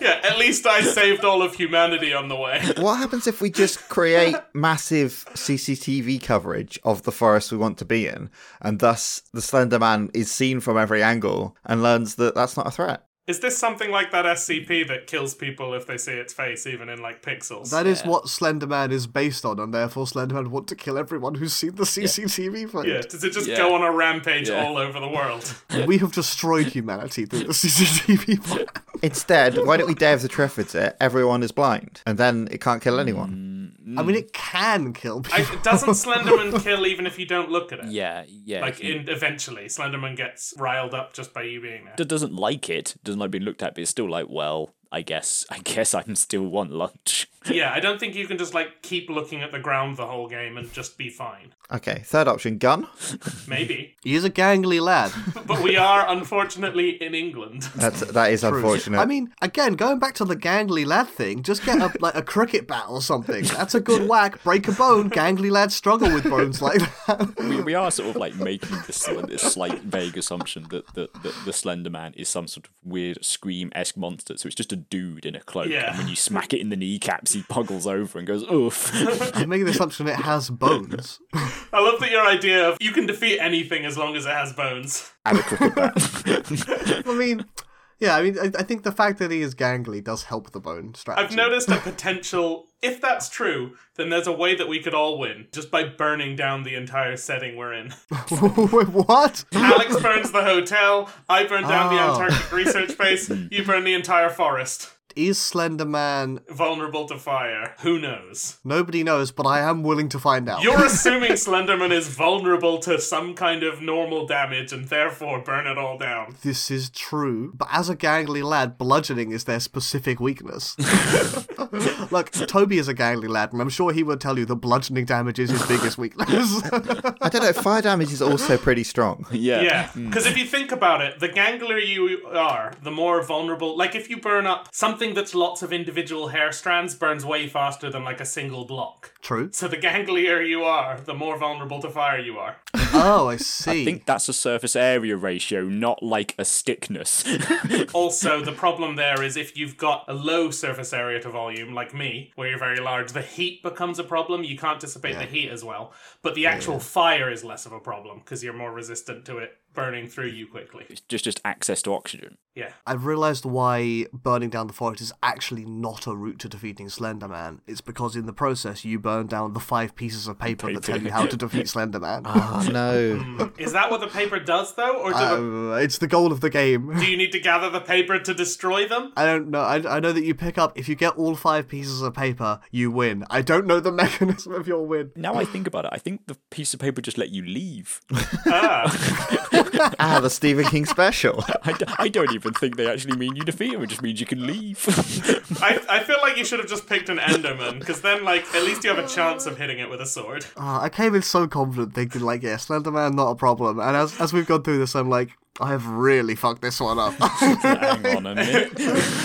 [SPEAKER 3] Yeah, at least I saved all of humanity on the way.
[SPEAKER 2] What happens if we just
[SPEAKER 1] <laughs>
[SPEAKER 2] create massive CCTV coverage of the forest we want to be in, and thus the Slender Man is seen from every angle and learns that that's not a threat?
[SPEAKER 3] Is this something like that SCP that kills people if they see its face, even in like pixels?
[SPEAKER 1] That is what Slender Man is based on, and therefore Slender Man want to kill everyone who's seen the CCTV
[SPEAKER 3] yeah,
[SPEAKER 1] footage.
[SPEAKER 3] does it just
[SPEAKER 4] Yeah.
[SPEAKER 3] go on a rampage
[SPEAKER 4] Yeah.
[SPEAKER 3] all over the world?
[SPEAKER 1] We have destroyed humanity through the CCTV footage.
[SPEAKER 2] Instead, why don't we Dave the Triffids it? Everyone is blind, and then it can't kill anyone.
[SPEAKER 1] I mean, it can kill
[SPEAKER 3] I,
[SPEAKER 1] people.
[SPEAKER 3] doesn't Slenderman kill even if you don't look at it?
[SPEAKER 4] Yeah, yeah.
[SPEAKER 3] Like
[SPEAKER 4] he
[SPEAKER 3] in, eventually, Slenderman gets riled up just by you being there.
[SPEAKER 4] d-
[SPEAKER 3] <laughs>
[SPEAKER 4] doesn't like it, doesn't like being looked at, but it's still like, well, I guess, I guess I'm still want lunch.
[SPEAKER 3] yeah, I don't think you can just like keep looking at the ground the whole game and just be fine.
[SPEAKER 1] Mm.
[SPEAKER 2] Okay, third option, gun.
[SPEAKER 3] Maybe.
[SPEAKER 1] He is a gangly lad.
[SPEAKER 3] But we are unfortunately in England.
[SPEAKER 2] That's that is unfortunate.
[SPEAKER 1] I mean, again, going back to the gangly lad thing, just get a, like a cricket bat or something. That's a good whack. Break a bone. Gangly lads struggle with bones like that. <laughs>
[SPEAKER 4] we, we are sort of like making this, sl- this slight vague assumption that the, the, the Slender Man is some sort of weird Scream esque monster. So it's just a dude in a cloak.
[SPEAKER 3] Yeah.
[SPEAKER 4] And when you smack it in the kneecaps, he puggles over and goes,
[SPEAKER 3] <laughs>
[SPEAKER 4] oof.
[SPEAKER 1] I'm making the assumption it has bones.
[SPEAKER 3] I love that your idea of you can defeat anything as long as it has bones.
[SPEAKER 4] and a cricket bat.
[SPEAKER 1] I mean, yeah, I mean, I, I think the fact that he is gangly does help the bone strategy.
[SPEAKER 3] I've noticed a potential. If that's true, then there's a way that we could all win just by burning down the entire setting we're in.
[SPEAKER 1] <laughs> Wait, what?
[SPEAKER 3] Alex burns the hotel. I burn down the
[SPEAKER 1] Oh.
[SPEAKER 3] Antarctic research base. You burn the entire forest.
[SPEAKER 1] Is Slender Man?
[SPEAKER 3] Vulnerable to fire. Who knows?
[SPEAKER 1] Nobody knows, but I am willing to find out.
[SPEAKER 3] You're assuming Slenderman is vulnerable to some kind of normal damage and therefore burn it all down.
[SPEAKER 1] This is true, but as a gangly lad, bludgeoning is their specific weakness. Look, Toby is a gangly lad, and I'm sure he would tell you that bludgeoning damage is his biggest weakness. <laughs>
[SPEAKER 2] I don't know. Fire damage is also pretty strong.
[SPEAKER 4] <laughs> yeah.
[SPEAKER 3] Yeah, because if you think about it, the ganglier you are, the more vulnerable. Like if you burn up something that's lots of individual hair strands, burns way faster than like a single block.
[SPEAKER 1] true.
[SPEAKER 3] So the <laughs> ganglier you are, the more vulnerable to fire you are.
[SPEAKER 1] Oh, I see.
[SPEAKER 4] I think that's a surface area ratio, not like a stickness. <laughs>
[SPEAKER 3] Also, the problem there is if you've got a low surface area to volume, like me, where you're very large, the heat becomes a problem. You can't dissipate the heat as well. But the actual fire is less of a problem because you're more resistant to it burning through you quickly.
[SPEAKER 4] it's just, just access to oxygen.
[SPEAKER 3] Yeah.
[SPEAKER 1] I've realised why burning down the forest is actually not a route to defeating Slender Man. It's because in the process you burn down the five pieces of paper, that tell you how to defeat Slender Man. <laughs>
[SPEAKER 2] Oh no.
[SPEAKER 3] Is that what the paper does, though? Or do, the-
[SPEAKER 1] Um, it's the goal of the game.
[SPEAKER 3] do you need to gather the paper to destroy them?
[SPEAKER 1] I don't know. I, I know that you pick up, if you get all five pieces of paper, you win. I don't know the <laughs> mechanism of your win.
[SPEAKER 4] Now I think about it, I think the piece of paper just let you leave.
[SPEAKER 3] Ah,
[SPEAKER 2] ah, the Stephen King special. <laughs>
[SPEAKER 4] I, d- I don't even think they actually mean you defeat him. It just means you can leave. <laughs>
[SPEAKER 3] I, I feel like you should have just picked an Enderman, because then, like, at least you have a chance of hitting it with a sword.
[SPEAKER 1] Ah, I came in so confident thinking, like, yeah, Slender Man, not a problem. And as, as we've gone through this, I'm like, I have really fucked this one up. <laughs>
[SPEAKER 4] Hang on a minute.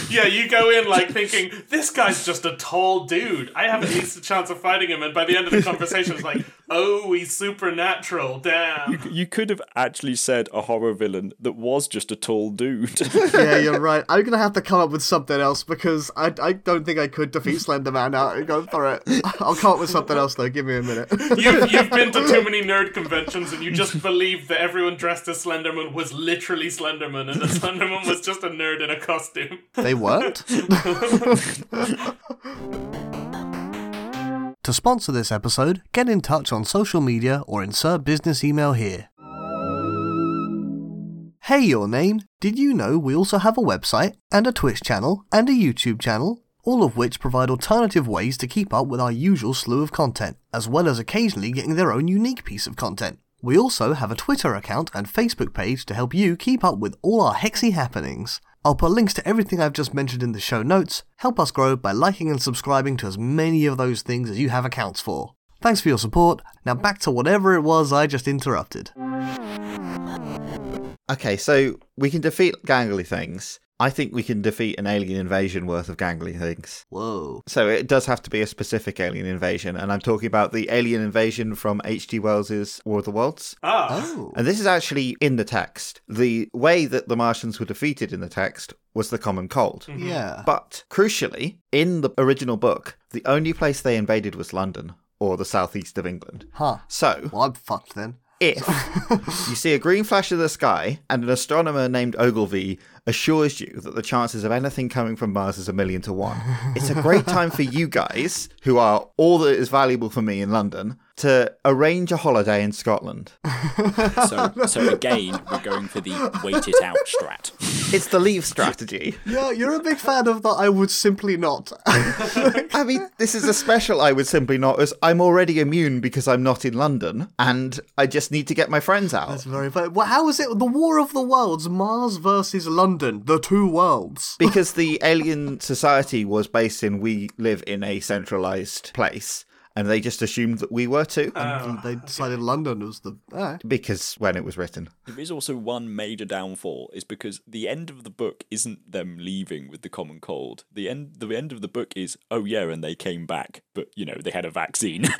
[SPEAKER 3] Yeah, you go in, like, thinking, this guy's just a tall dude. I have at least a chance of fighting him, and by the end of the conversation, it's like, oh, he's supernatural, damn.
[SPEAKER 4] You could have actually said a horror villain that was just a tall <laughs> dude.
[SPEAKER 1] yeah, you're right. I'm gonna have to come up with something else because I, I don't think I could defeat Slender Man out and go through it. <laughs> I'll come up with something else though. Give me a minute.
[SPEAKER 3] <laughs>
[SPEAKER 1] <laughs>
[SPEAKER 3] You've, you've been to too many nerd conventions, and you just believe that everyone dressed as Slenderman was literally Slenderman, and that Slenderman was just a nerd in a costume. <laughs>
[SPEAKER 1] they weren't. to sponsor this episode, get in touch on social media or insert business email here. Hey, your name. Did you know we also have a website and a Twitch channel and a YouTube channel? All of which provide alternative ways to keep up with our usual slew of content, as well as occasionally getting their own unique piece of content. We also have a Twitter account and Facebook page to help you keep up with all our hexy happenings. I'll put links to everything I've just mentioned in the show notes. Help us grow by liking and subscribing to as many of those things as you have accounts for. Thanks for your support. Now back to whatever it was I just interrupted.
[SPEAKER 2] Okay, so we can defeat gangly things. I think we can defeat an alien invasion worth of gangly things.
[SPEAKER 1] Whoa.
[SPEAKER 2] So it does have to be a specific alien invasion, and I'm talking about the alien invasion from H.G. Wells's War of the Worlds.
[SPEAKER 3] Ah.
[SPEAKER 1] Oh.
[SPEAKER 2] And this is actually in the text. The way that the Martians were defeated in the text was the common cold.
[SPEAKER 1] Hmm. Yeah.
[SPEAKER 2] But crucially, in the original book, the only place they invaded was London or the southeast of England.
[SPEAKER 1] Huh.
[SPEAKER 2] So,
[SPEAKER 1] Well, I'm fucked then.
[SPEAKER 2] if you see a green flash in the sky and an astronomer named Ogilvy assures you that the chances of anything coming from Mars is a million to one, it's a great time for you guys, who are all that is valuable for me in London, to arrange a holiday in Scotland.
[SPEAKER 4] so, so again, we're going for the wait it out strat.
[SPEAKER 2] It's the leave strategy.
[SPEAKER 1] Yeah, you're a big fan of that. I would simply <laughs> not.
[SPEAKER 2] I mean, this is a special I would simply not, as I'm already immune because I'm not in London and I just need to get my friends out.
[SPEAKER 1] That's very funny. Well, how is it the War of the Worlds, Mars versus London, the two worlds.
[SPEAKER 2] because the alien society was based in we live in a centralized place and they just assumed that we were too
[SPEAKER 1] And they decided London was the. eh.
[SPEAKER 2] because when it was written
[SPEAKER 4] There is also one major downfall, is because the end of the book isn't them leaving with the common cold. The end, the end of the book is, oh yeah, and they came back, but you know they had a vaccine. <laughs>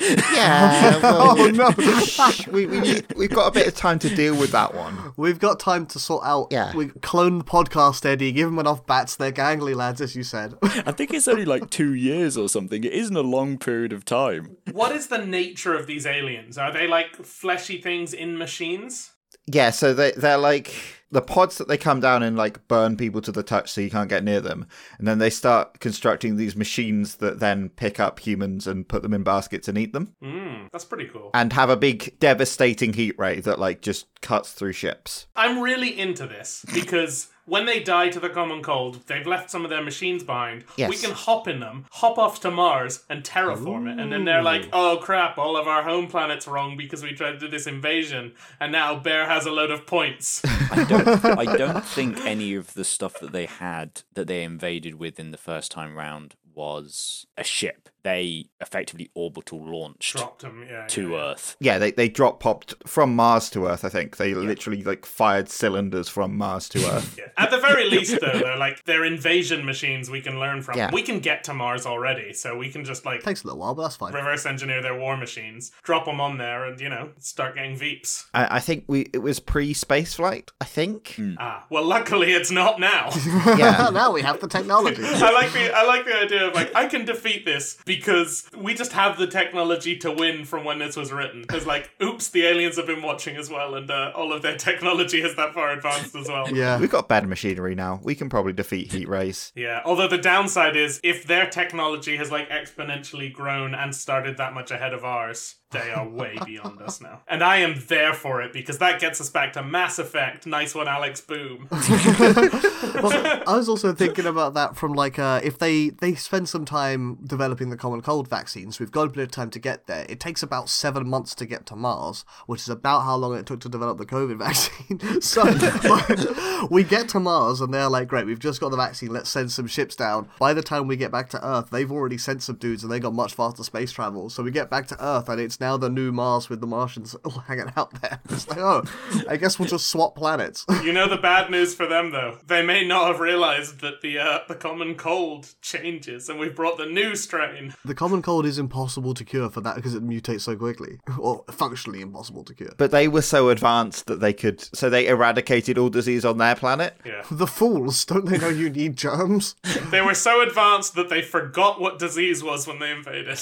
[SPEAKER 1] <laughs>
[SPEAKER 2] yeah <laughs>
[SPEAKER 1] Oh no!
[SPEAKER 2] we, we need, we've got a bit of time to deal with that one
[SPEAKER 1] We've got time to sort out.
[SPEAKER 2] Yeah.
[SPEAKER 1] We clone the podcast, Eddie. Give them enough bats. They're gangly lads, as you said. <laughs>
[SPEAKER 4] I think it's only like two years or something. It isn't a long period of time.
[SPEAKER 3] What is the nature of these aliens? Are they like fleshy things in machines?
[SPEAKER 2] yeah so they, they're like the pods that they come down and like burn people to the touch so you can't get near them and then they start constructing these machines that then pick up humans and put them in baskets and eat them
[SPEAKER 3] Mm, that's pretty cool.
[SPEAKER 2] and have a big devastating heat ray that like just cuts through ships
[SPEAKER 3] I'm really into this because when they die to the common cold, they've left some of their machines behind. We
[SPEAKER 2] Yes.
[SPEAKER 3] can hop in them, hop off to Mars, and terraform it. And then they're like, oh crap, all of our home planet's wrong because we tried to do this invasion, and now Bear has a load of points.
[SPEAKER 2] <laughs>
[SPEAKER 4] I don't, I don't think any of the stuff that they had that they invaded with in the first time round was a ship. They effectively orbital launched
[SPEAKER 3] Dropped them, yeah. yeah.
[SPEAKER 4] to uh, Earth.
[SPEAKER 2] Yeah, they, they drop popped from Mars to Earth, I think. They literally like fired cylinders from Mars to
[SPEAKER 3] <laughs>
[SPEAKER 2] Earth.
[SPEAKER 3] At the
[SPEAKER 2] <laughs>
[SPEAKER 3] very least, though, they're like they're invasion machines we can learn from.
[SPEAKER 2] Yeah.
[SPEAKER 3] We can get to Mars already, so we can just like
[SPEAKER 1] Takes a little while, but that's fine.
[SPEAKER 3] <laughs> reverse engineer their war machines, drop them on there, and you know start getting veeps.
[SPEAKER 2] I, I think we it was pre space flight, I think.
[SPEAKER 3] Ah, well, luckily it's not now.
[SPEAKER 2] <laughs>
[SPEAKER 1] <laughs>
[SPEAKER 2] Yeah.
[SPEAKER 1] now we have the technology.
[SPEAKER 3] I like the I like the idea of like I can defeat this because we just have the technology to win from when this was written. Because like, oops, the aliens have been watching as well, and uh, all of their technology is that far advanced as well.
[SPEAKER 1] yeah.
[SPEAKER 2] We've got better machinery now. We can probably defeat heat rays.
[SPEAKER 3] Yeah, although the downside is if their technology has like exponentially grown and started that much ahead of ours, they are way beyond us now. And I am there for it because that gets us back to Mass Effect. Nice one, Alex Boom.
[SPEAKER 1] Well, I was also thinking about that from like uh, if they they spend some time developing the common cold vaccine, so we've got a bit of time to get there. It takes about seven months to get to Mars, which is about how long it took to develop the COVID <laughs> vaccine. so <laughs> like, we get to Mars and they're like, great, we've just got the vaccine. Let's send some ships down. By the time we get back to Earth, they've already sent some dudes and they got much faster space travel. So we get back to Earth and it's now the new Mars with the Martians <laughs> all hanging out there. It's like, oh, I guess we'll just swap planets.
[SPEAKER 3] You know the bad news for them though. They may not have realized that the uh, the common cold changes, and we've brought the new strain.
[SPEAKER 1] The common cold is impossible to cure for that because it mutates so quickly, <laughs> or functionally impossible to cure.
[SPEAKER 2] But they were so advanced that they could so they eradicated all disease on their planet.
[SPEAKER 3] Yeah,
[SPEAKER 1] the fools, don't they know you need germs? <laughs>
[SPEAKER 3] they were so advanced that they forgot what disease was when they invaded.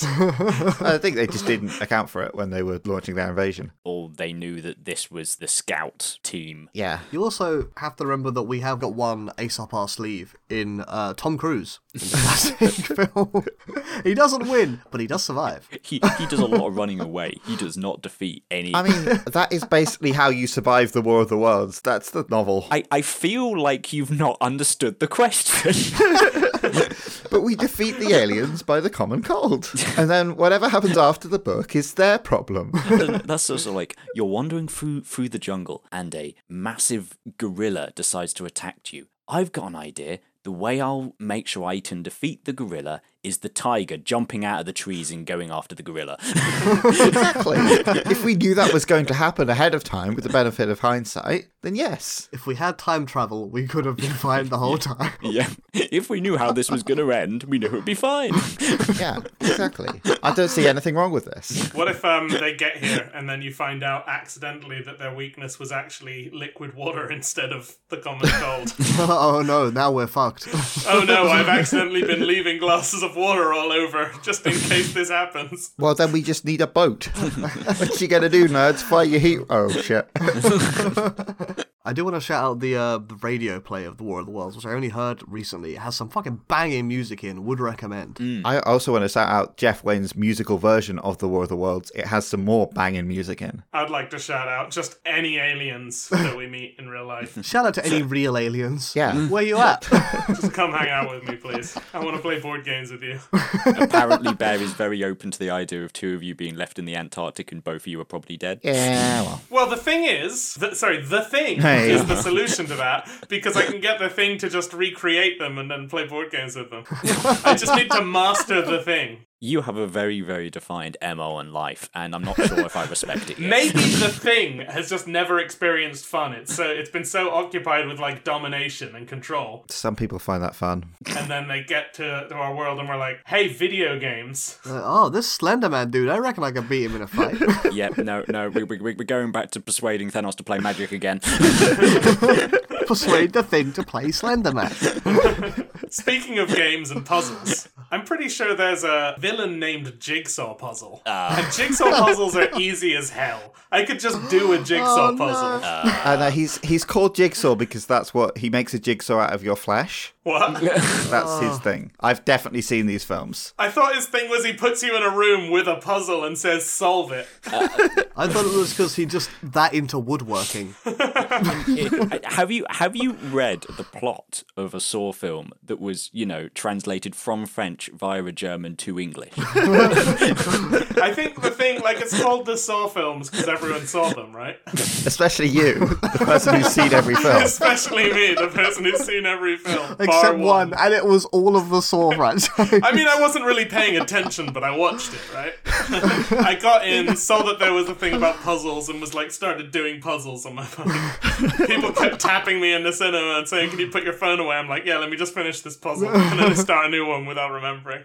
[SPEAKER 2] I think they just didn't account for it when they were launching their invasion.
[SPEAKER 4] Or they knew that this was the scout team.
[SPEAKER 2] Yeah.
[SPEAKER 1] You also have to remember that we have got one ace up our sleeve in uh, Tom Cruise in the classic film. <laughs> he doesn't win, but he does survive.
[SPEAKER 4] He, he does a lot of running away. He does not defeat any.
[SPEAKER 2] I mean, that is basically how you survive the War of the Worlds. That's the novel.
[SPEAKER 4] I, I feel like you've not understood the question.
[SPEAKER 2] But we defeat the aliens by the common cold. And then whatever happens after the book is their problem.
[SPEAKER 4] That's also like you're wandering through through the jungle and a massive gorilla decides to attack you. I've got an idea. The way I'll make sure I can defeat the gorilla is the tiger jumping out of the trees and going after the gorilla.
[SPEAKER 2] <laughs> Exactly. if we knew that was going to happen ahead of time with the benefit of hindsight, then yes.
[SPEAKER 1] If we had time travel, we could have been fine the whole time. <laughs>
[SPEAKER 4] yeah. <laughs> If we knew how this was going to end, we knew it'd be fine.
[SPEAKER 2] Yeah, exactly. I don't see anything wrong with this.
[SPEAKER 3] What if um, they get here and then you find out accidentally that their weakness was actually liquid water instead of the common cold?
[SPEAKER 1] oh no, now we're fucked. <laughs>
[SPEAKER 3] oh no, I've accidentally been leaving glasses of water all over just in case this happens.
[SPEAKER 2] Well, then we just need a boat. <laughs> what you gonna do, nerds? Fight your heat? Oh shit!
[SPEAKER 1] I do want to shout out the uh, the radio play of the War of the Worlds, which I only heard recently. It has some fucking banging music in. Would recommend.
[SPEAKER 2] I also want to shout out Jeff Wayne's musical version of the War of the Worlds. It has some more banging music in.
[SPEAKER 3] I'd like to shout out just any aliens that we meet in real life.
[SPEAKER 1] Shout out to any real aliens.
[SPEAKER 2] Yeah.
[SPEAKER 1] Where you at? <laughs>
[SPEAKER 3] Just come hang out with me, please. I want to play board games with you.
[SPEAKER 4] Apparently, Bear is very open to the idea of two of you being left in the Antarctic and both of you are probably dead.
[SPEAKER 2] Yeah. Well.
[SPEAKER 3] Well, the thing is, th- sorry, the thing is
[SPEAKER 2] Right.
[SPEAKER 3] the solution to that because I can get the thing to just recreate them and then play board games with them. I just need to master the thing.
[SPEAKER 4] You have a very, very defined MO in life, and I'm not sure if I respect it. yet.
[SPEAKER 3] Maybe the thing has just never experienced fun. It's so it's been so occupied with like domination and control,
[SPEAKER 2] Some people find that fun.
[SPEAKER 3] and then they get to, to our world and we're like, "Hey, video games."
[SPEAKER 1] Uh, oh, this Slenderman dude, I reckon I can beat him in a fight. <laughs>
[SPEAKER 4] Yep, no, no, we, we, we're going back to persuading Thanos to play magic again.
[SPEAKER 1] Persuade the thing to play Slenderman.
[SPEAKER 3] Speaking of games and puzzles, I'm pretty sure there's a villain named Jigsaw Puzzle. And jigsaw puzzles are easy as hell. I could just do a
[SPEAKER 1] Oh,
[SPEAKER 3] jigsaw puzzle.
[SPEAKER 2] and uh, he's he's called Jigsaw because that's what he makes a jigsaw out of your flesh.
[SPEAKER 3] What?
[SPEAKER 2] That's his thing. I've definitely seen these films.
[SPEAKER 3] I thought his thing was he puts you in a room with a puzzle and says, solve it.
[SPEAKER 1] I thought it was because he just that into <laughs> woodworking.
[SPEAKER 4] <laughs> have you have you read the plot of a Saw film that was, you know, translated from French via a German to English?
[SPEAKER 3] I think the thing, like, it's called the Saw films because everyone saw them, right? <laughs>
[SPEAKER 2] Especially you, <laughs> the person who's seen every film.
[SPEAKER 3] Especially me, the person who's seen every film. bar
[SPEAKER 1] Except one, and it was all of the <laughs> Saw franchise.
[SPEAKER 3] I mean, I wasn't really paying attention, but I watched it, right? <laughs> I got in, saw that there was a thing about puzzles, and was like, started doing puzzles on my phone. People kept tapping me in the cinema and saying, Can you put your phone away? I'm like, Yeah, let me just finish this puzzle. And then I start a new one without remembering.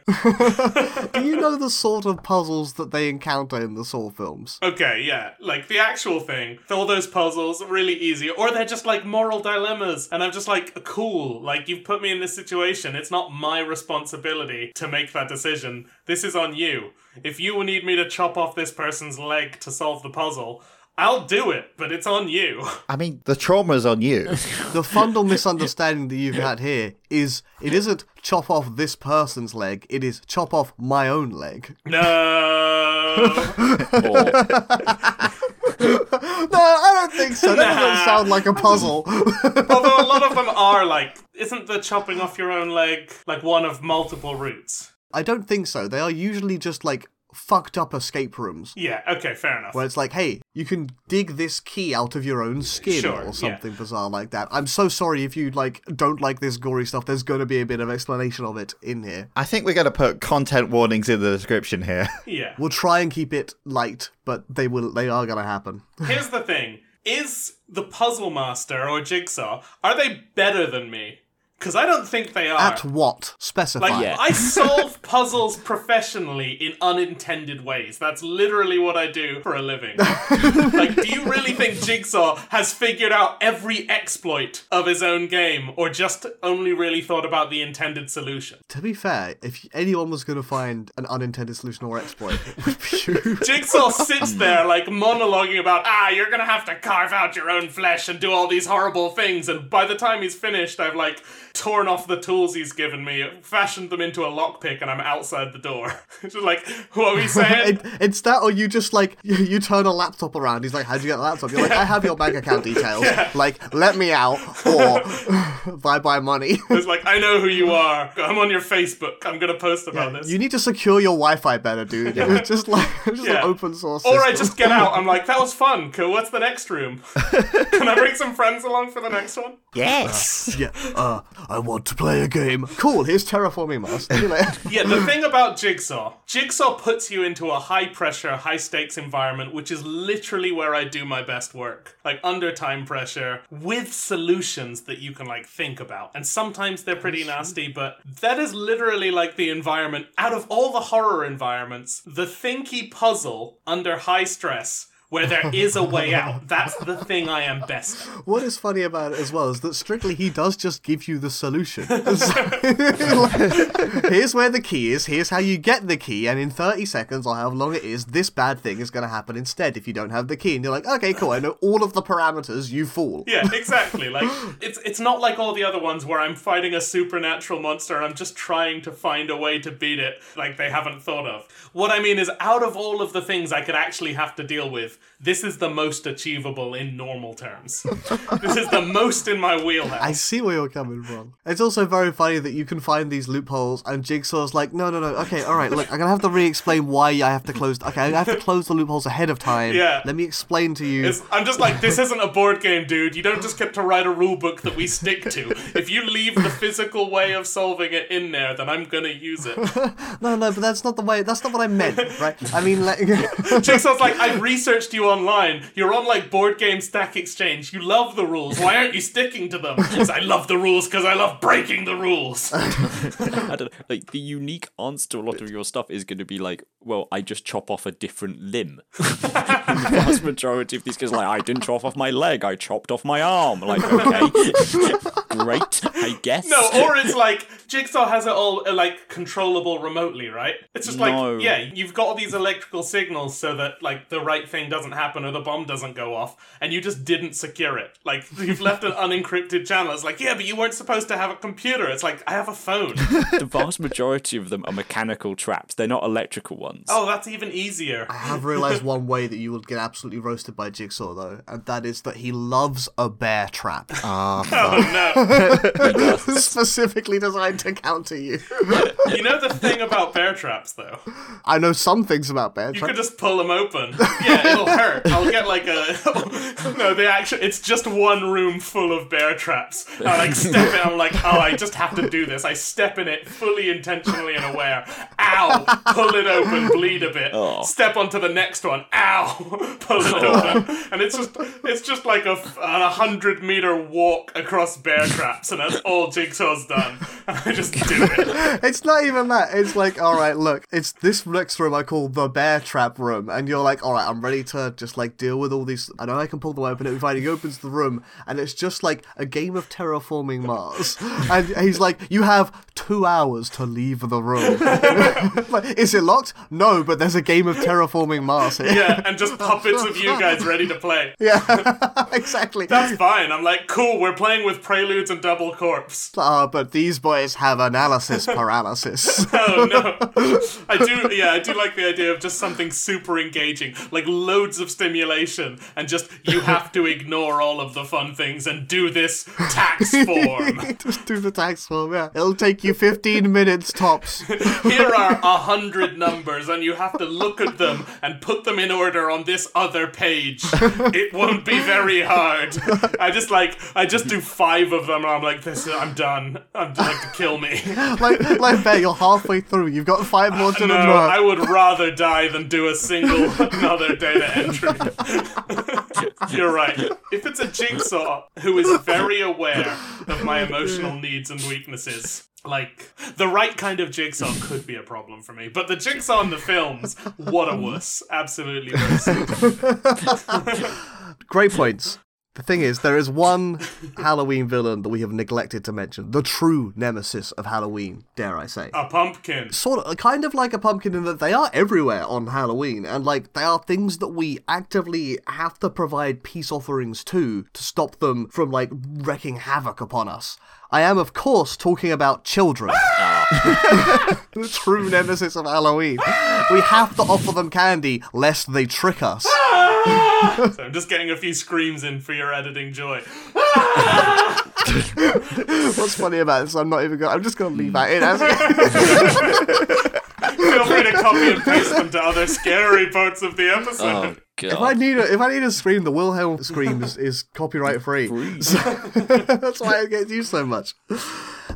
[SPEAKER 1] Do you know the sort of puzzles that they encounter in the Saw films?
[SPEAKER 3] Okay, yeah. Like the actual thing, all those puzzles really easy, or they're just like moral dilemmas, and I'm just like, cool. Like you've put me in this situation. It's not my responsibility to make that decision. This is on you. If you need me to chop off this person's leg to solve the puzzle, I'll do it, but it's on you. <laughs>
[SPEAKER 2] I mean, the trauma's on you.
[SPEAKER 1] The <laughs> fundal misunderstanding that you've had here is it isn't chop off this person's leg, it is chop off my own leg. <laughs>
[SPEAKER 3] No.
[SPEAKER 4] Or
[SPEAKER 1] No, I don't think so. That doesn't sound like a puzzle. <laughs>
[SPEAKER 3] Although a lot of them are like, isn't the chopping off your own leg like one of multiple routes?
[SPEAKER 1] I don't think so. They are usually just like fucked up escape rooms.
[SPEAKER 3] Yeah. Okay. Fair enough.
[SPEAKER 1] Where it's like, hey, you can dig this key out of your own skin
[SPEAKER 3] Sure, yeah.
[SPEAKER 1] or something bizarre like that. I'm so sorry if you like don't like this gory stuff. There's going to be a bit of explanation of it in here.
[SPEAKER 2] I think we're going to put content warnings in the description here.
[SPEAKER 3] Yeah.
[SPEAKER 1] We'll try and keep it light, but they will they are going to happen.
[SPEAKER 3] Here's the thing: is the Puzzle Master or Jigsaw are they better than me? Because I don't think they are.
[SPEAKER 1] At what? Specify.
[SPEAKER 3] like
[SPEAKER 4] Yeah.
[SPEAKER 3] I solve puzzles professionally in unintended ways. That's literally what I do for a living. like, do you really think Jigsaw has figured out every exploit of his own game, or just only really thought about the intended solution?
[SPEAKER 1] To be fair, if anyone was going to find an unintended solution or exploit, it would be you.
[SPEAKER 3] Jigsaw sits there like monologuing about, ah, you're gonna have to carve out your own flesh and do all these horrible things. And by the time he's finished, I've like torn off the tools he's given me, fashioned them into a lockpick, and I'm outside the door. <laughs> Just like, what are we saying?
[SPEAKER 1] <laughs> It- It's that, or you just like <laughs> you, you turn a laptop around. He's like, "How'd you get the laptop?" You're like, "I have your bank account
[SPEAKER 3] <laughs>
[SPEAKER 1] details. Like, let me out, or <laughs> bye bye
[SPEAKER 3] <laughs>
[SPEAKER 1] money."
[SPEAKER 3] It's like, I know who you are. I'm on your Facebook. I'm gonna post about this.
[SPEAKER 1] You need to secure your Wi-Fi better, dude. It's <laughs> just like it's just
[SPEAKER 3] Yeah.
[SPEAKER 1] an open source.
[SPEAKER 3] or I
[SPEAKER 1] system.
[SPEAKER 3] just get out. I'm like, that was fun. Cool. What's the next room? Can I bring some friends along for the next one?
[SPEAKER 2] Yes.
[SPEAKER 1] yeah. Uh, I want to play a game. Cool. Here's terraforming
[SPEAKER 3] <laughs>
[SPEAKER 1] Mars. You know,
[SPEAKER 3] Yeah, the thing about Jigsaw, Jigsaw puts you into a high pressure, high stakes environment, which is literally where I do my best work. Like under time pressure, with solutions that you can like think about. And sometimes they're pretty nasty, but that is literally like the environment out of all the horror environments, the thinky puzzle under high stress. Where there is a way out. That's the thing I am best at.
[SPEAKER 1] what is funny about it as well is that strictly he does just give you the
[SPEAKER 3] <laughs>
[SPEAKER 1] solution. It's like, <laughs> here's where the key is. Here's how you get the key. And in 30 seconds or however long it is, this bad thing is going to happen instead if you don't have the key. And you're like, okay, cool. I know all of the parameters. You fool.
[SPEAKER 3] Yeah, exactly. Like it's it's not like all the other ones where I'm fighting a supernatural monster and I'm just trying to find a way to beat it like they haven't thought of. What I mean is out of all of the things I could actually have to deal with, with this is the most achievable in normal terms. <laughs> this is the most in my
[SPEAKER 1] I
[SPEAKER 3] wheelhouse.
[SPEAKER 1] see where you're coming from. It's also very funny that you can find these loopholes, and Jigsaw's like, no, no, no, okay, all right, look, I'm gonna have to re-explain why I have to close. Okay, I have to close the loopholes ahead of time.
[SPEAKER 3] Yeah.
[SPEAKER 1] Let me explain to you.
[SPEAKER 3] It's- I'm just like, this isn't a board game, dude. You don't just get to write a rule book that we stick to. If you leave the physical way of solving it in there, then I'm gonna use it.
[SPEAKER 1] No, no, but that's not the way. That's not what I meant, right? I mean, like, <laughs>
[SPEAKER 3] Jigsaw's like, I've researched you online. You're on like board game stack exchange. You love the rules. Why aren't you sticking to them? Because I love the rules because I love breaking the rules.
[SPEAKER 4] I don't know, like the unique answer to a lot of your stuff is going to be like, well, I just chop off a different limb. <laughs> the vast majority of these guys, are like, I didn't chop off my leg, I chopped off my arm. Like, okay, <laughs> great, I guess.
[SPEAKER 3] No, or it's like Jigsaw has it all uh, like controllable remotely, right? It's just like
[SPEAKER 4] No.
[SPEAKER 3] yeah, you've got all these electrical signals so that like the right thing doesn't happen or the bomb doesn't go off, and you just didn't secure it. Like you've left an unencrypted channel. It's like yeah, but you weren't supposed to have a computer. It's like I have a phone.
[SPEAKER 4] the vast majority of them are mechanical traps. They're not electrical ones.
[SPEAKER 3] oh, that's even easier.
[SPEAKER 1] I have realized one way that you will get absolutely roasted by Jigsaw, though, and that is that he loves a bear trap, <laughs>
[SPEAKER 3] Oh no.
[SPEAKER 1] specifically designed to counter you.
[SPEAKER 3] You know the thing about bear traps, though?
[SPEAKER 1] I know some things about bear
[SPEAKER 3] You could
[SPEAKER 1] traps.
[SPEAKER 3] just pull them open. Yeah, it'll hurt. I'll get like a. <laughs> no, they actually. It's just one room full of bear traps. I like step in, I'm like, oh, I just have to do this. I step in it fully intentionally and aware. Ow! Pull it open, bleed a bit. Step onto the next one. Ow! <laughs> Pull it open. And it's just it's just like a, f- a hundred meter walk across bear traps, and that's all Jigsaw's done. <laughs> And I just do it.
[SPEAKER 1] <laughs> It's not even that. It's like, all right, look, it's this next room I call the bear trap room, and you're like, all right, I'm ready to just like deal with all these. I know I can pull them open. And finally opens the room, and it's just like a game of terraforming Mars. And he's like, you have two hours to leave the room. <laughs> Like, is it locked? No, but there's a game of terraforming Mars here.
[SPEAKER 3] Yeah, <laughs> and just puppets of you guys ready to play.
[SPEAKER 1] Yeah, <laughs> exactly.
[SPEAKER 3] That's fine. I'm like, cool, we're playing with preludes and double corpse. <laughs>
[SPEAKER 1] Ah, but these boys have analysis paralysis. <laughs>
[SPEAKER 3] Oh no. I do yeah, I do like the idea of just something super engaging, like loads of stimulation, and just you have to ignore all of the fun things and do this tax
[SPEAKER 1] <laughs>
[SPEAKER 3] form.
[SPEAKER 1] Just do the tax form, yeah. It'll take you 15 minutes tops.
[SPEAKER 3] Here are a hundred numbers, and you have to look at them and put them in order on this other page. It won't be very hard. I just like I just do five of them and I'm like, this I'm done. I'm like kill me.
[SPEAKER 1] Like, like Ben, you're halfway through. You've got five more to
[SPEAKER 3] No,
[SPEAKER 1] the draw.
[SPEAKER 3] I would rather die than do a single <laughs> another data entry. <laughs> You're right. If it's a jigsaw who is very aware of my emotional needs and weaknesses, like the right kind of jigsaw could be a problem for me. But the jigsaw in the films, what a wuss. Absolutely wuss.
[SPEAKER 1] Great points. The thing is, there is <laughs> one Halloween villain that we have neglected to mention. The true nemesis of Halloween, dare I say.
[SPEAKER 3] A pumpkin.
[SPEAKER 1] sort of kind of like a pumpkin in that they are everywhere on Halloween and like they are things that we actively have to provide peace offerings to to stop them from like wreaking havoc upon us. I am of course talking about children. <laughs> the true nemesis of Halloween. we have to offer them candy lest they trick us.
[SPEAKER 3] So I'm just getting a few screams in for your editing joy.
[SPEAKER 1] What's funny about this? I'm not even going. to I'm just going to leave that in. As it-
[SPEAKER 3] Feel free to copy and paste them to other scary parts of the episode.
[SPEAKER 4] Oh, God.
[SPEAKER 1] if I need a if I need a scream, the Wilhelm scream is, is copyright free. <laughs> That's why it gets used so much.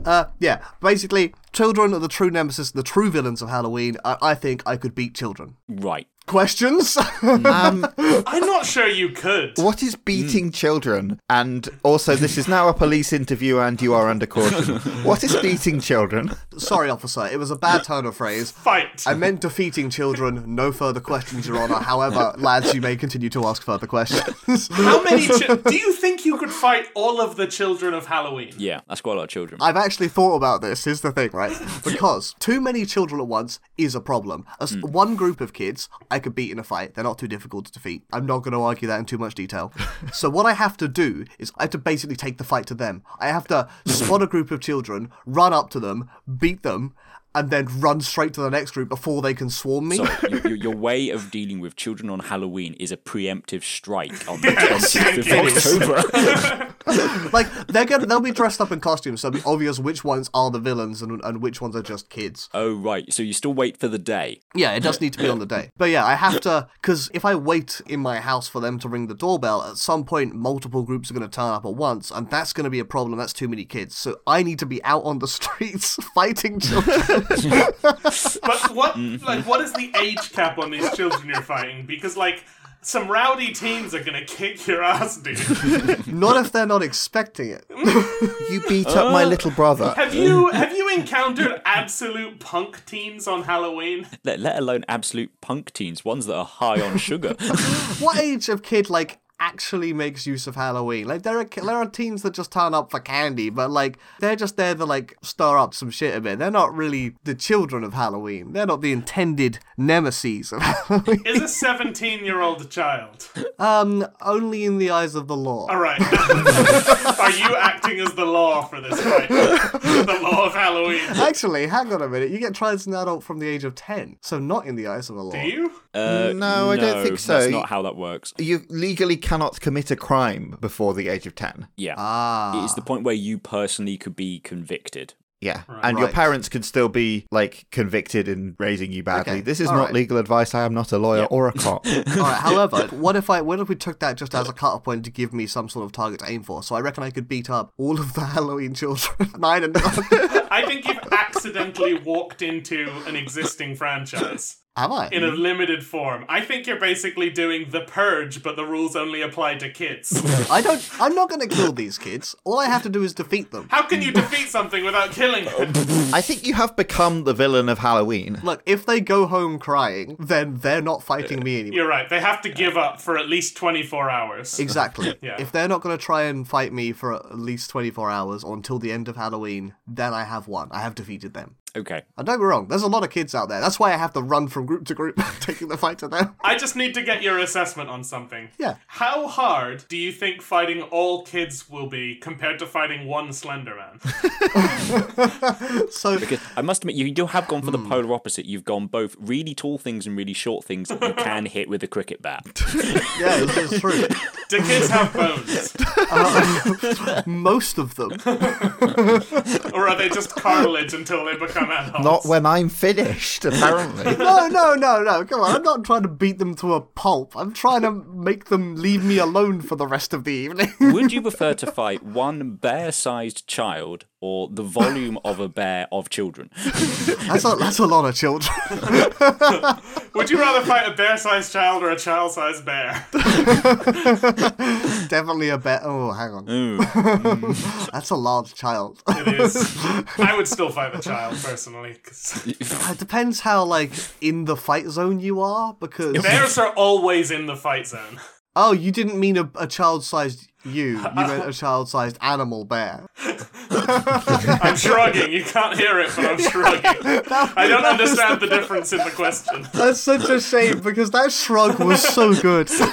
[SPEAKER 1] Uh, yeah, basically, children are the true nemesis, the true villains of Halloween. I, I think I could beat children.
[SPEAKER 4] right.
[SPEAKER 1] Questions?
[SPEAKER 2] <laughs>
[SPEAKER 1] <laughs>
[SPEAKER 2] Um,
[SPEAKER 3] I'm not sure you could.
[SPEAKER 2] what is beating children? And also, this is now a police interview, and you are under caution. What is beating children?
[SPEAKER 1] Sorry, officer, it was a bad turn of phrase.
[SPEAKER 3] Fight.
[SPEAKER 1] I meant defeating children. No further questions, Your Honor. However, lads, you may continue to ask further questions.
[SPEAKER 3] How many? Chi- do you think you could fight all of the children of Halloween?
[SPEAKER 4] Yeah, that's quite a lot of children.
[SPEAKER 1] I've actually thought about this. Here's the thing, right? Because too many children at once is a problem. As one group of kids, I could beat in a fight. They're not too difficult to defeat. I'm not going to argue that in too much detail. so what I have to do is I have to basically take the fight to them. I have to spot a group of children, run up to them, beat them. and then run straight to the next group before they can swarm me.
[SPEAKER 4] Sorry, your, your, your way of dealing with children on Halloween is a preemptive strike on the 20th of October. <laughs>
[SPEAKER 1] like they're gonna they'll be dressed up in costumes, so it'll be obvious which ones are the villains and, and which ones are just kids.
[SPEAKER 4] oh, right. So you still wait for the day.
[SPEAKER 1] Yeah, it does need to be on the day. But yeah, I have to because if I wait in my house for them to ring the doorbell, at some point multiple groups are going to turn up at once, and that's going to be a problem. That's too many kids, so I need to be out on the <laughs> streets fighting children.
[SPEAKER 3] But what like what is the age cap on these children you're fighting? Because like some rowdy teens are gonna kick your ass, dude.
[SPEAKER 1] not if they're not expecting it.
[SPEAKER 2] You beat up my little brother.
[SPEAKER 3] Have you have you encountered absolute punk teens on Halloween?
[SPEAKER 4] Let, let alone absolute punk teens, ones that are high
[SPEAKER 2] <laughs>
[SPEAKER 4] on sugar.
[SPEAKER 1] what age of kid like actually makes use of Halloween? Like there are ki- there are teens that just turn up for candy, but like they're just there to like stir up some shit a bit. They're not really the children of Halloween. They're not the intended nemesis of <laughs> Halloween.
[SPEAKER 3] Is a seventeen year old a child?
[SPEAKER 1] Um, only in the eyes of the law.
[SPEAKER 3] Alright. <laughs> are you acting as the law for this fight? the law of Halloween.
[SPEAKER 1] Actually, hang on a minute. You get tried as an adult from the age of ten, so not in the eyes of the law.
[SPEAKER 3] Do you?
[SPEAKER 4] Uh,
[SPEAKER 2] No, I don't think so.
[SPEAKER 4] That's not how that works.
[SPEAKER 2] You legally cannot commit a crime before the age of 10.
[SPEAKER 4] Yeah.
[SPEAKER 1] Ah,
[SPEAKER 4] It is the point where you personally could be convicted.
[SPEAKER 2] Yeah. And your
[SPEAKER 1] Right.
[SPEAKER 2] parents can still be like convicted and raising you badly.
[SPEAKER 1] Okay,
[SPEAKER 2] This is
[SPEAKER 1] all
[SPEAKER 2] not
[SPEAKER 1] right.
[SPEAKER 2] legal advice. I am not a lawyer or a <laughs> cop.
[SPEAKER 1] all right. However, what if I what if we took that just as a cut-off point to give me some sort of target to aim for? So I reckon I could beat up all of the <laughs> Halloween children, <laughs> nine and nine. <laughs>
[SPEAKER 3] I think you've accidentally walked into an existing franchise.
[SPEAKER 1] Am I?
[SPEAKER 3] in a limited form. I think you're basically doing the purge, but the rules only apply to kids.
[SPEAKER 1] I don't. I'm not going to kill these kids. All I have to do is defeat them.
[SPEAKER 3] How can you defeat something without killing it?
[SPEAKER 2] I think you have become the villain of Halloween.
[SPEAKER 1] Look, if they go home crying, then they're not fighting me anymore.
[SPEAKER 3] You're right. They have to give up for at least 24 hours.
[SPEAKER 1] Exactly.
[SPEAKER 3] <laughs> Yeah.
[SPEAKER 1] If they're not going to try and fight me for at least 24 hours or until the end of Halloween, then I have won. I have defeated them.
[SPEAKER 4] Okay.
[SPEAKER 1] And don't get me wrong, there's a lot of kids out there. That's why I have to run from group to group, <laughs> taking the fight to them.
[SPEAKER 3] I just need to get your assessment on something.
[SPEAKER 1] Yeah.
[SPEAKER 3] How hard do you think fighting all kids will be compared to fighting one Slender Man?
[SPEAKER 1] So,
[SPEAKER 4] Because I must admit, you do have gone
[SPEAKER 2] Hmm.
[SPEAKER 4] for the polar opposite. You've gone both really tall things and really short things that you can hit with a
[SPEAKER 2] <laughs>
[SPEAKER 4] cricket bat.
[SPEAKER 1] yeah, this is true.
[SPEAKER 3] Do kids have bones?
[SPEAKER 1] Um, most of them.
[SPEAKER 3] Or are they just cartilage until they become adults?
[SPEAKER 2] Not when I'm finished, apparently. <laughs>
[SPEAKER 1] No, no, no, no. Come on. I'm not trying to beat them to a pulp. I'm trying to make them leave me alone for the rest of the evening. <laughs>
[SPEAKER 4] Would you prefer to fight one bear sized child or the volume of a bear of children?
[SPEAKER 1] That's a, that's a lot of children. <laughs>
[SPEAKER 3] Would you rather fight a bear-sized child or a child-sized bear?
[SPEAKER 1] Definitely a bet. Oh, hang on. <laughs> that's a large child. <laughs>
[SPEAKER 3] It is. I would still fight the child personally. 'cause-
[SPEAKER 1] it depends how like in the fight zone you are because.
[SPEAKER 3] Bears are always in the fight zone.
[SPEAKER 1] Oh, you didn't mean a, a child-sized you. You meant a child-sized animal bear.
[SPEAKER 3] I'm shrugging. You can't hear it, but I'm shrugging. I don't understand the difference in the question.
[SPEAKER 1] That's such a shame because that shrug was so good.
[SPEAKER 4] So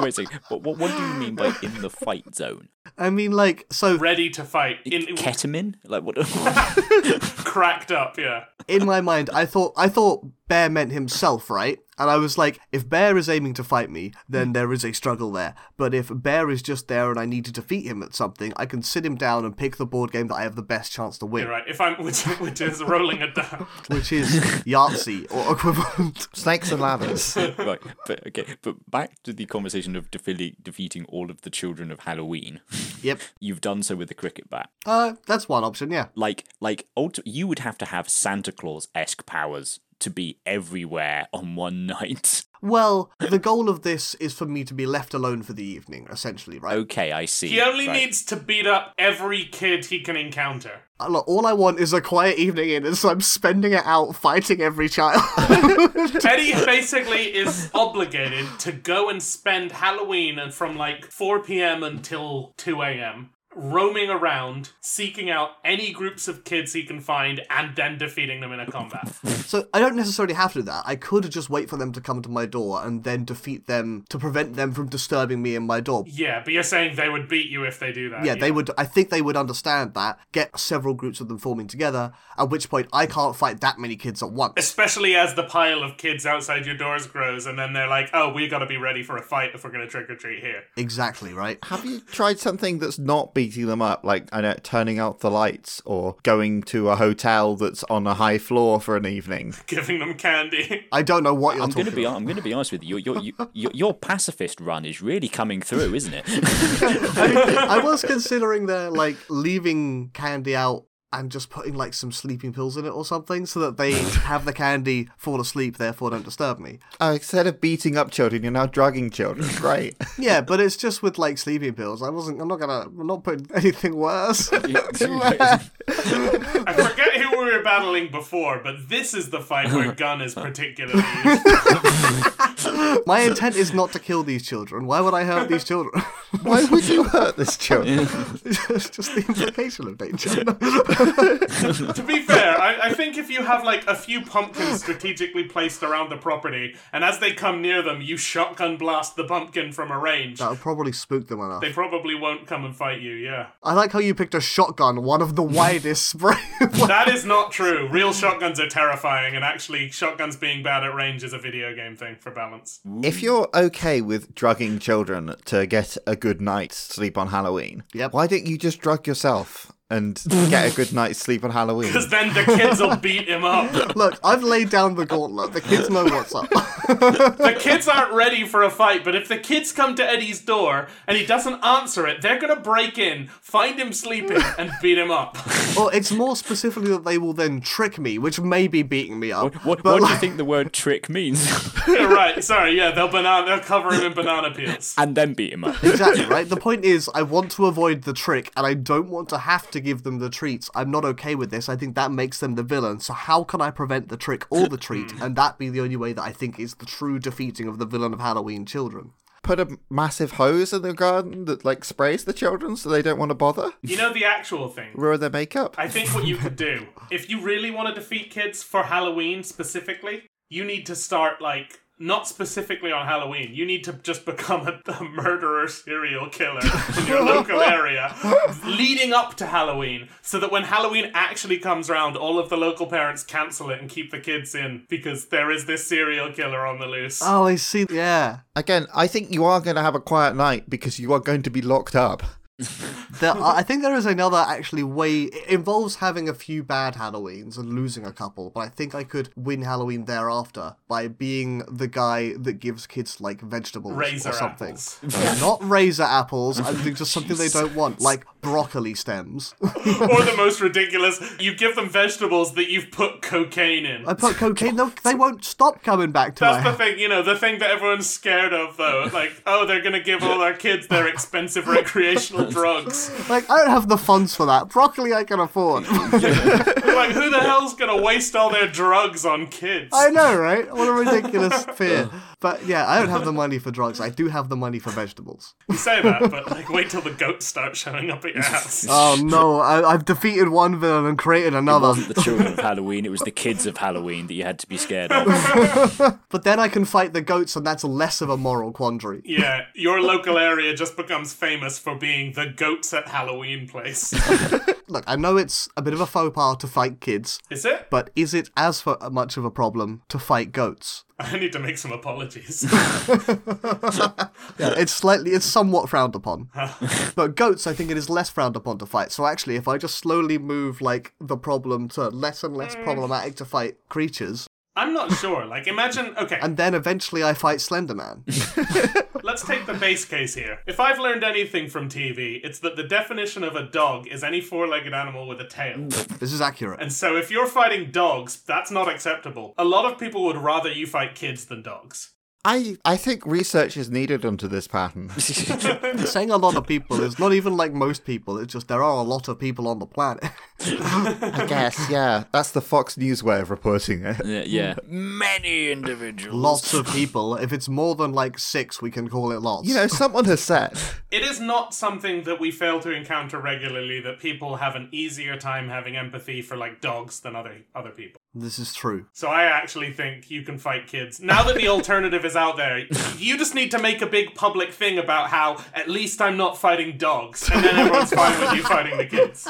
[SPEAKER 4] wait a second. What, what, what do you mean by in the fight zone?
[SPEAKER 1] I mean, like, so
[SPEAKER 3] Ready to fight. In,
[SPEAKER 4] Ketamine? Like what? <laughs>
[SPEAKER 3] cracked up, yeah.
[SPEAKER 1] in my mind, I thought I thought Bear meant himself, right? And I was like, if Bear is aiming to fight me, then there is a struggle there. But if Bear is just there and I need to defeat him at something, I can sit him down and pick the board game that I have the best chance to win,
[SPEAKER 3] You're right. If I'm, which, which is rolling a die.
[SPEAKER 1] which
[SPEAKER 3] <laughs>
[SPEAKER 1] is Yahtzee or equivalent.
[SPEAKER 2] Snakes and ladders.
[SPEAKER 4] right. But okay. But back to the conversation of defe- defeating all of the children of Halloween.
[SPEAKER 1] yep.
[SPEAKER 4] You've done so with a cricket bat.
[SPEAKER 1] Uh, that's one option. Yeah.
[SPEAKER 4] like like ulti- you would have to have Santa Claus esque powers to be everywhere on one <laughs> night.
[SPEAKER 1] Well, the goal of this is for me to be left alone for the evening, essentially, right?
[SPEAKER 4] Okay, I see.
[SPEAKER 3] He only
[SPEAKER 4] Right.
[SPEAKER 3] needs to beat up every kid he can encounter.
[SPEAKER 1] Uh, Look, all I want is a quiet evening in, and so I'm spending it out fighting every child.
[SPEAKER 3] Teddy basically is obligated to go and spend Halloween and from like 4 p.m. until 2 a.m. roaming around, seeking out any groups of kids he can find, and then defeating them in a combat.
[SPEAKER 1] <laughs> So I don't necessarily have to do that. I could just wait for them to come to my door and then defeat them to prevent them from disturbing me in my door.
[SPEAKER 3] yeah, but you're saying they would beat you if they do that.
[SPEAKER 1] Yeah, they would. I think they would understand that. Get several groups of them forming together. At which point, I can't fight that many kids at once.
[SPEAKER 3] Especially as the pile of kids outside your doors grows, and then they're like, oh, we gotta be ready for a fight if we're gonna trick or treat here. <laughs>
[SPEAKER 1] Exactly right.
[SPEAKER 2] Have you tried something that's not beating them up, like I know, turning out the lights or going to a hotel that's on a high floor for an evening?
[SPEAKER 3] Giving them candy.
[SPEAKER 1] I don't know what you're
[SPEAKER 4] I'm
[SPEAKER 1] talking
[SPEAKER 4] gonna be.
[SPEAKER 1] about.
[SPEAKER 4] I'm gonna be honest with you. Your your, your- your your pacifist run is really coming through, isn't
[SPEAKER 1] <laughs>
[SPEAKER 4] it? <laughs>
[SPEAKER 1] I was considering their like leaving candy out and just putting like some sleeping pills in it or something, so that
[SPEAKER 2] <laughs>
[SPEAKER 1] they have the candy, fall asleep, therefore don't disturb me.
[SPEAKER 2] Oh, instead of beating up children, you're now drugging children. Great.
[SPEAKER 1] Yeah, but it's just with like sleeping pills. I wasn't. I'm not gonna. I'm not putting <laughs> anything worse.
[SPEAKER 3] I forget who we were battling before, but this is the fight where gun is particularly useful.
[SPEAKER 1] My intent is not to kill these children. Why would I hurt these children?
[SPEAKER 2] <laughs> Why would you hurt this children?
[SPEAKER 1] <laughs> it's just the implication of danger.
[SPEAKER 3] to be fair, I, I think if you have like a few pumpkins strategically placed around the property, and as they come near them, you shotgun blast the pumpkin from a range,
[SPEAKER 1] That'll probably spook them enough.
[SPEAKER 3] they probably won't come and fight you, yeah.
[SPEAKER 1] I like how you picked a shotgun, one of the widest spray. <laughs>
[SPEAKER 3] That is not true. Real shotguns are terrifying, and actually, shotguns being bad at range is a video game thing for balance.
[SPEAKER 2] If you're okay with drugging children to get a good night's sleep on Halloween,
[SPEAKER 1] Yep.
[SPEAKER 2] why don't you just drug yourself and get a good night's sleep on Halloween?
[SPEAKER 3] Because then the kids will beat him up.
[SPEAKER 1] Look, I've laid down the gauntlet. The kids know what's up. <laughs>
[SPEAKER 3] The kids aren't ready for a fight, but if the kids come to Eddie's door and he doesn't answer it, they're gonna break in, find him sleeping, and beat him up. <laughs>
[SPEAKER 1] or it's more specifically that they will then trick me, which may be beating me up.
[SPEAKER 4] What, what,
[SPEAKER 1] but
[SPEAKER 4] what do you
[SPEAKER 1] like-
[SPEAKER 4] think the word
[SPEAKER 1] <laughs>
[SPEAKER 4] trick means?
[SPEAKER 3] Yeah, right, sorry, yeah, they'll banana they'll cover him in banana peels.
[SPEAKER 4] and then beat him up.
[SPEAKER 1] Exactly, right? The point is, I want to avoid the trick and I don't want to have to give them the treats. I'm not okay with this. I think that makes them the villain. So, how can I prevent the trick or the
[SPEAKER 4] <clears throat>
[SPEAKER 1] treat? And that be the only way that I think is the true defeating of the villain of Halloween children.
[SPEAKER 2] Put a massive hose in the garden that like sprays the children so they don't want to bother,
[SPEAKER 3] You know the actual thing.
[SPEAKER 2] ruin their makeup.
[SPEAKER 3] I think what you could do, if you really want to defeat kids for Halloween specifically, you need to start like not specifically on Halloween. You need to just become a, a murderer serial killer in your local area leading up to Halloween so that when Halloween actually comes around all of the local parents cancel it and keep the kids in because there is this serial killer on the loose.
[SPEAKER 1] Oh, I see. Yeah.
[SPEAKER 2] Again, I think you are going to have a quiet night because you are going to be locked up.
[SPEAKER 1] There are, I think there is another actually way. It involves having a few bad Halloweens and losing a couple, but I think I could win Halloween thereafter by being the guy that gives kids like vegetables
[SPEAKER 3] Razor
[SPEAKER 1] or something. <laughs>
[SPEAKER 3] apples.
[SPEAKER 1] Not razor apples. I think just something they don't want, like broccoli stems. <laughs>
[SPEAKER 3] or the most ridiculous, you give them vegetables that you've put cocaine in.
[SPEAKER 1] I put cocaine. They'll, they won't stop coming back to my.
[SPEAKER 3] That's the thing, you know, the thing that everyone's scared
[SPEAKER 1] <laughs>
[SPEAKER 3] of, though. Like, oh, they're gonna give all our kids their expensive recreational drugs.
[SPEAKER 1] Like I don't have the funds for that. Broccoli I can afford. <laughs>
[SPEAKER 3] Like, who the hell's gonna waste all their drugs on kids?
[SPEAKER 1] I know, right? What a ridiculous
[SPEAKER 3] <laughs>
[SPEAKER 1] fear. But yeah, I don't have the money for drugs. I do have the money for vegetables.
[SPEAKER 3] You say that, but like, wait till the goats start showing up at your house.
[SPEAKER 1] Oh no, I, I've defeated one villain and created another.
[SPEAKER 4] wasn't the children of Halloween, it was the kids of Halloween that you had to be scared of.
[SPEAKER 1] But then I can fight the goats, and that's less of a moral quandary.
[SPEAKER 3] Yeah, your local area just becomes famous for being the goats at
[SPEAKER 1] <laughs>
[SPEAKER 3] Halloween place.
[SPEAKER 1] Look, I know it's a bit of a faux pas to fight kids,
[SPEAKER 3] Is it?
[SPEAKER 1] but is it as for much of a problem to fight goats?
[SPEAKER 3] I need to make some apologies. <laughs>
[SPEAKER 1] It's slightly, it's somewhat frowned upon. but goats, I think it is less frowned upon to fight. So actually, if I just slowly move like the problem to less and less problematic to fight creatures,
[SPEAKER 3] I'm not sure. Like, imagine, okay,
[SPEAKER 1] and then eventually I fight Slenderman.
[SPEAKER 4] <laughs>
[SPEAKER 3] Let's take the base case here. If I've learned anything from TV, it's that the definition of a dog is any four legged animal with a tail.
[SPEAKER 1] this is accurate.
[SPEAKER 3] <laughs> And so if you're fighting dogs, that's not acceptable. A lot of people would rather you fight kids than dogs.
[SPEAKER 2] I I think research is needed onto this pattern.
[SPEAKER 1] Saying a lot of people is not even like most people. It's just there are a lot of people on the planet. <laughs>
[SPEAKER 2] I guess, yeah. That's the Fox News way of reporting it.
[SPEAKER 4] Yeah, yeah. Many individuals.
[SPEAKER 1] lots of people. If it's more than like six, we can call it lots.
[SPEAKER 2] You know, someone has said
[SPEAKER 3] It is not something that we fail to encounter regularly that people have an easier time having empathy for like dogs than other other people.
[SPEAKER 1] this is true.
[SPEAKER 3] So I actually think you can fight kids. Now that the alternative is out there, you just need to make a big public thing about how at least I'm not fighting dogs and then everyone's fine with you fighting the kids.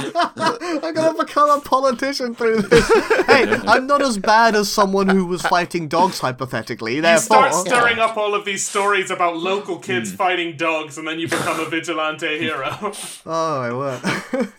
[SPEAKER 1] I'm gonna become a politician through this. <laughs> hey, I'm not as bad as someone who was fighting dogs hypothetically.
[SPEAKER 3] You
[SPEAKER 1] Therefore,
[SPEAKER 3] start stirring up all of these stories about local kids fighting dogs and then you become a vigilante hero. <laughs>
[SPEAKER 1] oh my word. <laughs>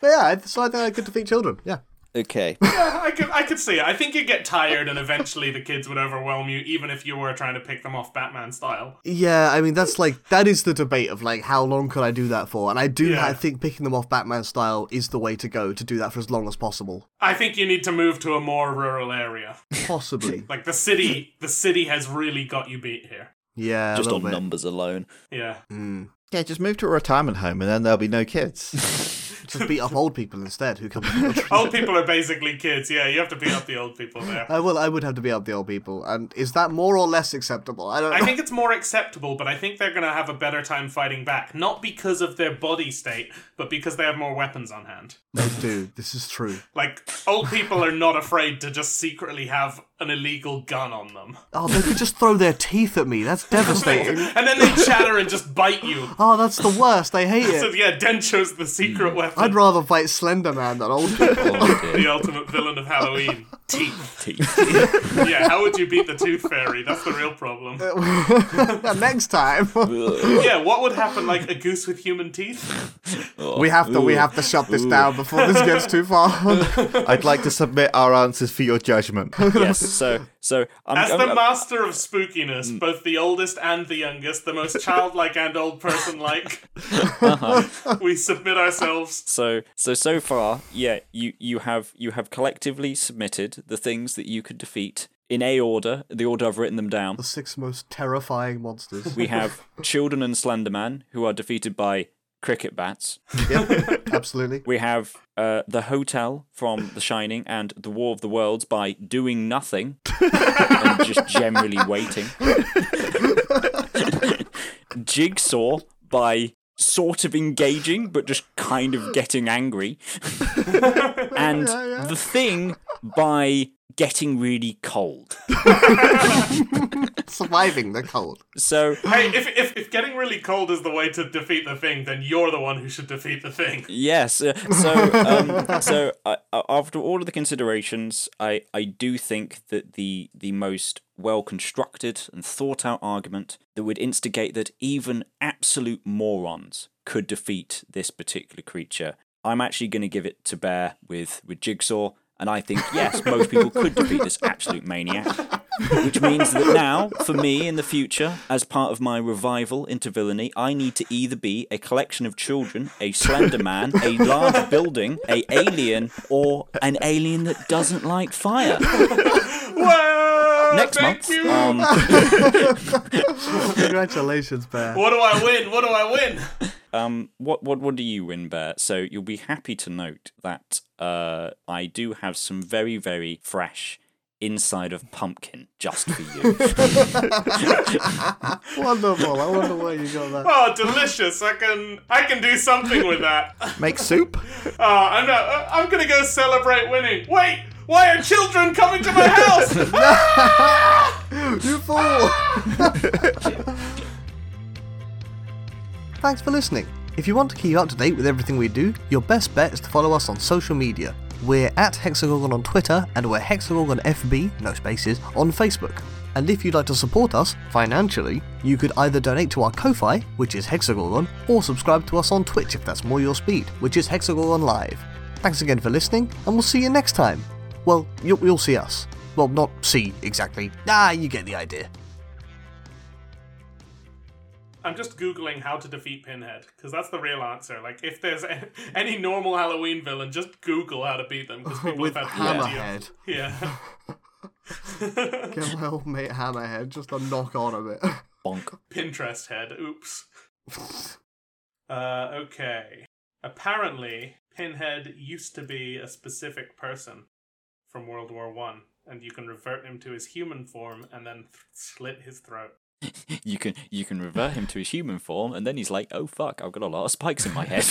[SPEAKER 1] but yeah, I- so I think I could defeat children. Yeah.
[SPEAKER 4] Okay.
[SPEAKER 3] I could, I could see it. I think you'd get tired, and eventually the kids would overwhelm you, even if you were trying to pick them off Batman style.
[SPEAKER 1] Yeah, I mean that's like that is the debate of like how long could I do that for? And I do
[SPEAKER 3] Yeah.
[SPEAKER 1] I think picking them off Batman style is the way to go to do that for as long as <laughs> possible.
[SPEAKER 3] I think you need to move to a more rural area.
[SPEAKER 1] Possibly.
[SPEAKER 3] Like the city, the city has really got you beat here.
[SPEAKER 1] Yeah.
[SPEAKER 4] Just
[SPEAKER 1] a little
[SPEAKER 4] on
[SPEAKER 1] bit. <laughs>
[SPEAKER 4] numbers alone.
[SPEAKER 3] Yeah,
[SPEAKER 2] Yeah, just move to a retirement home and then there'll be no kids.
[SPEAKER 1] Just beat up old people instead who <laughs> come from the country.
[SPEAKER 3] old people are basically kids. Yeah, you have to beat up the old people there.
[SPEAKER 1] <laughs> I will I would have to beat up the old people. And is that more or less acceptable? I don't know.
[SPEAKER 3] I think it's more acceptable, but I think they're going to have a better time fighting back, not because of their body state, but because they have more weapons on hand.
[SPEAKER 1] They do. This is true.
[SPEAKER 3] Like old people are not afraid to just secretly have an illegal gun on them.
[SPEAKER 1] Oh, they could just throw their teeth at me. That's <laughs> devastating.
[SPEAKER 3] and then they chatter and just bite you.
[SPEAKER 1] Oh, that's the worst. I hate
[SPEAKER 3] So
[SPEAKER 1] <laughs> it.
[SPEAKER 3] yeah, Dencho's the secret weapon.
[SPEAKER 1] I'd rather fight Slender Man than old <laughs> people.
[SPEAKER 3] the ultimate villain of Halloween. Teeth.
[SPEAKER 4] Teeth.
[SPEAKER 3] <laughs> Yeah, how would you beat the Tooth Fairy? That's the real problem.
[SPEAKER 1] Next time.
[SPEAKER 3] Yeah, what would happen like a goose with human teeth?
[SPEAKER 1] We have to we have to shut this down before this gets too far. <laughs>
[SPEAKER 2] I'd like to submit our answers for your
[SPEAKER 4] <laughs>
[SPEAKER 2] judgment.
[SPEAKER 4] yes. So so I'm,
[SPEAKER 3] As
[SPEAKER 4] I'm-
[SPEAKER 3] the
[SPEAKER 4] I'm-
[SPEAKER 3] master of spookiness, both the oldest and the youngest, the most childlike and old person
[SPEAKER 4] <laughs>
[SPEAKER 3] like,
[SPEAKER 4] Uh-huh.
[SPEAKER 3] we submit ourselves.
[SPEAKER 4] so so so far, yeah, you you have you have collectively submitted the things that you could defeat in a order, the order I've written them down.
[SPEAKER 1] the six most terrifying monsters.
[SPEAKER 4] We have Children and Slenderman, who are defeated by cricket bats.
[SPEAKER 1] Yep, absolutely.
[SPEAKER 4] We have uh, The Hotel from The Shining and The War of the Worlds by doing nothing and just generally waiting. <laughs> Jigsaw by sort of engaging but just kind of getting angry. and The Thing by getting really cold.
[SPEAKER 1] Surviving the cold.
[SPEAKER 4] So
[SPEAKER 3] Hey, if, if, if getting really cold is the way to defeat the thing, then you're the one who should defeat the thing.
[SPEAKER 4] <laughs> Yes. uh, So, um, so uh, uh, after all of the considerations, I, I do think that the the most well constructed and thought out argument that would instigate that even absolute morons could defeat this particular creature. I'm actually going to give it to Bear with with Jigsaw, and I think yes, most people could defeat this absolute maniac. Which means that now, for me in the future, as part of my revival into villainy, I need to either be a collection of children, a slender man, a large building, a alien, or an alien that doesn't like fire.
[SPEAKER 3] <laughs> Well,
[SPEAKER 4] Next
[SPEAKER 3] thank
[SPEAKER 4] month um,
[SPEAKER 3] you.
[SPEAKER 4] on
[SPEAKER 1] Congratulations, Bear.
[SPEAKER 3] What do I win? What do I win?
[SPEAKER 4] what what what do you win, Bear? So you'll be happy to note that uh, I do have some very very fresh inside of pumpkin just for you.
[SPEAKER 1] Wonderful. I wonder where you got that.
[SPEAKER 3] Oh, delicious! I can I can do something with that. Uh,
[SPEAKER 2] Make soup?
[SPEAKER 3] I'm not, uh, I'm gonna go celebrate winning. Wait, why are children coming to my house?
[SPEAKER 4] <laughs>
[SPEAKER 1] You fool! Thanks for listening. If you want to keep up to date with everything we do, your best bet is to follow us on social media. We're at Hexagorgon on Twitter and we're Hexagorgon FB, no spaces, on Facebook. And if you'd like to support us financially, you could either donate to our Ko-fi, which is Hexagorgon, or subscribe to us on Twitch if that's more your speed, which is Hexagorgon Live. Thanks again for listening, and we'll see you next time. Well, you'll, you'll see us. Well, not see exactly. Ah, you get the idea.
[SPEAKER 3] I'm just googling how to defeat Pinhead because that's the real answer. Like, if there's a- <laughs> any normal Halloween villain, just Google how to beat them because people
[SPEAKER 1] With
[SPEAKER 3] have had no idea.
[SPEAKER 1] Hammerhead.
[SPEAKER 3] <laughs> Yeah.
[SPEAKER 1] Get my old mate Hammerhead just a knock on a bit. <laughs>
[SPEAKER 4] Bonk.
[SPEAKER 3] Pinterest head. Oops. Uh, okay. Apparently, Pinhead used to be a specific person from World War One, and you can revert him to his human form and then th- slit his throat.
[SPEAKER 4] You can you can revert him to his human form, and then he's like, "Oh fuck, I've got a lot of spikes in my head."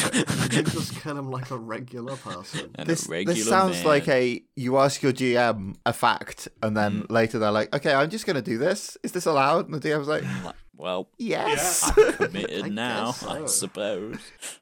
[SPEAKER 1] you just kill him like a regular person.
[SPEAKER 4] And a
[SPEAKER 2] This,
[SPEAKER 4] regular
[SPEAKER 2] this sounds
[SPEAKER 4] man.
[SPEAKER 2] like a you ask your GM a fact, and then
[SPEAKER 4] Mm.
[SPEAKER 2] later they're like, "Okay, I'm just going to do this. Is this allowed?" And the GM's like,
[SPEAKER 4] Like, well,
[SPEAKER 2] "Yes."
[SPEAKER 4] I'm committed
[SPEAKER 1] I
[SPEAKER 4] now,
[SPEAKER 1] guess
[SPEAKER 4] I
[SPEAKER 1] so.
[SPEAKER 4] suppose.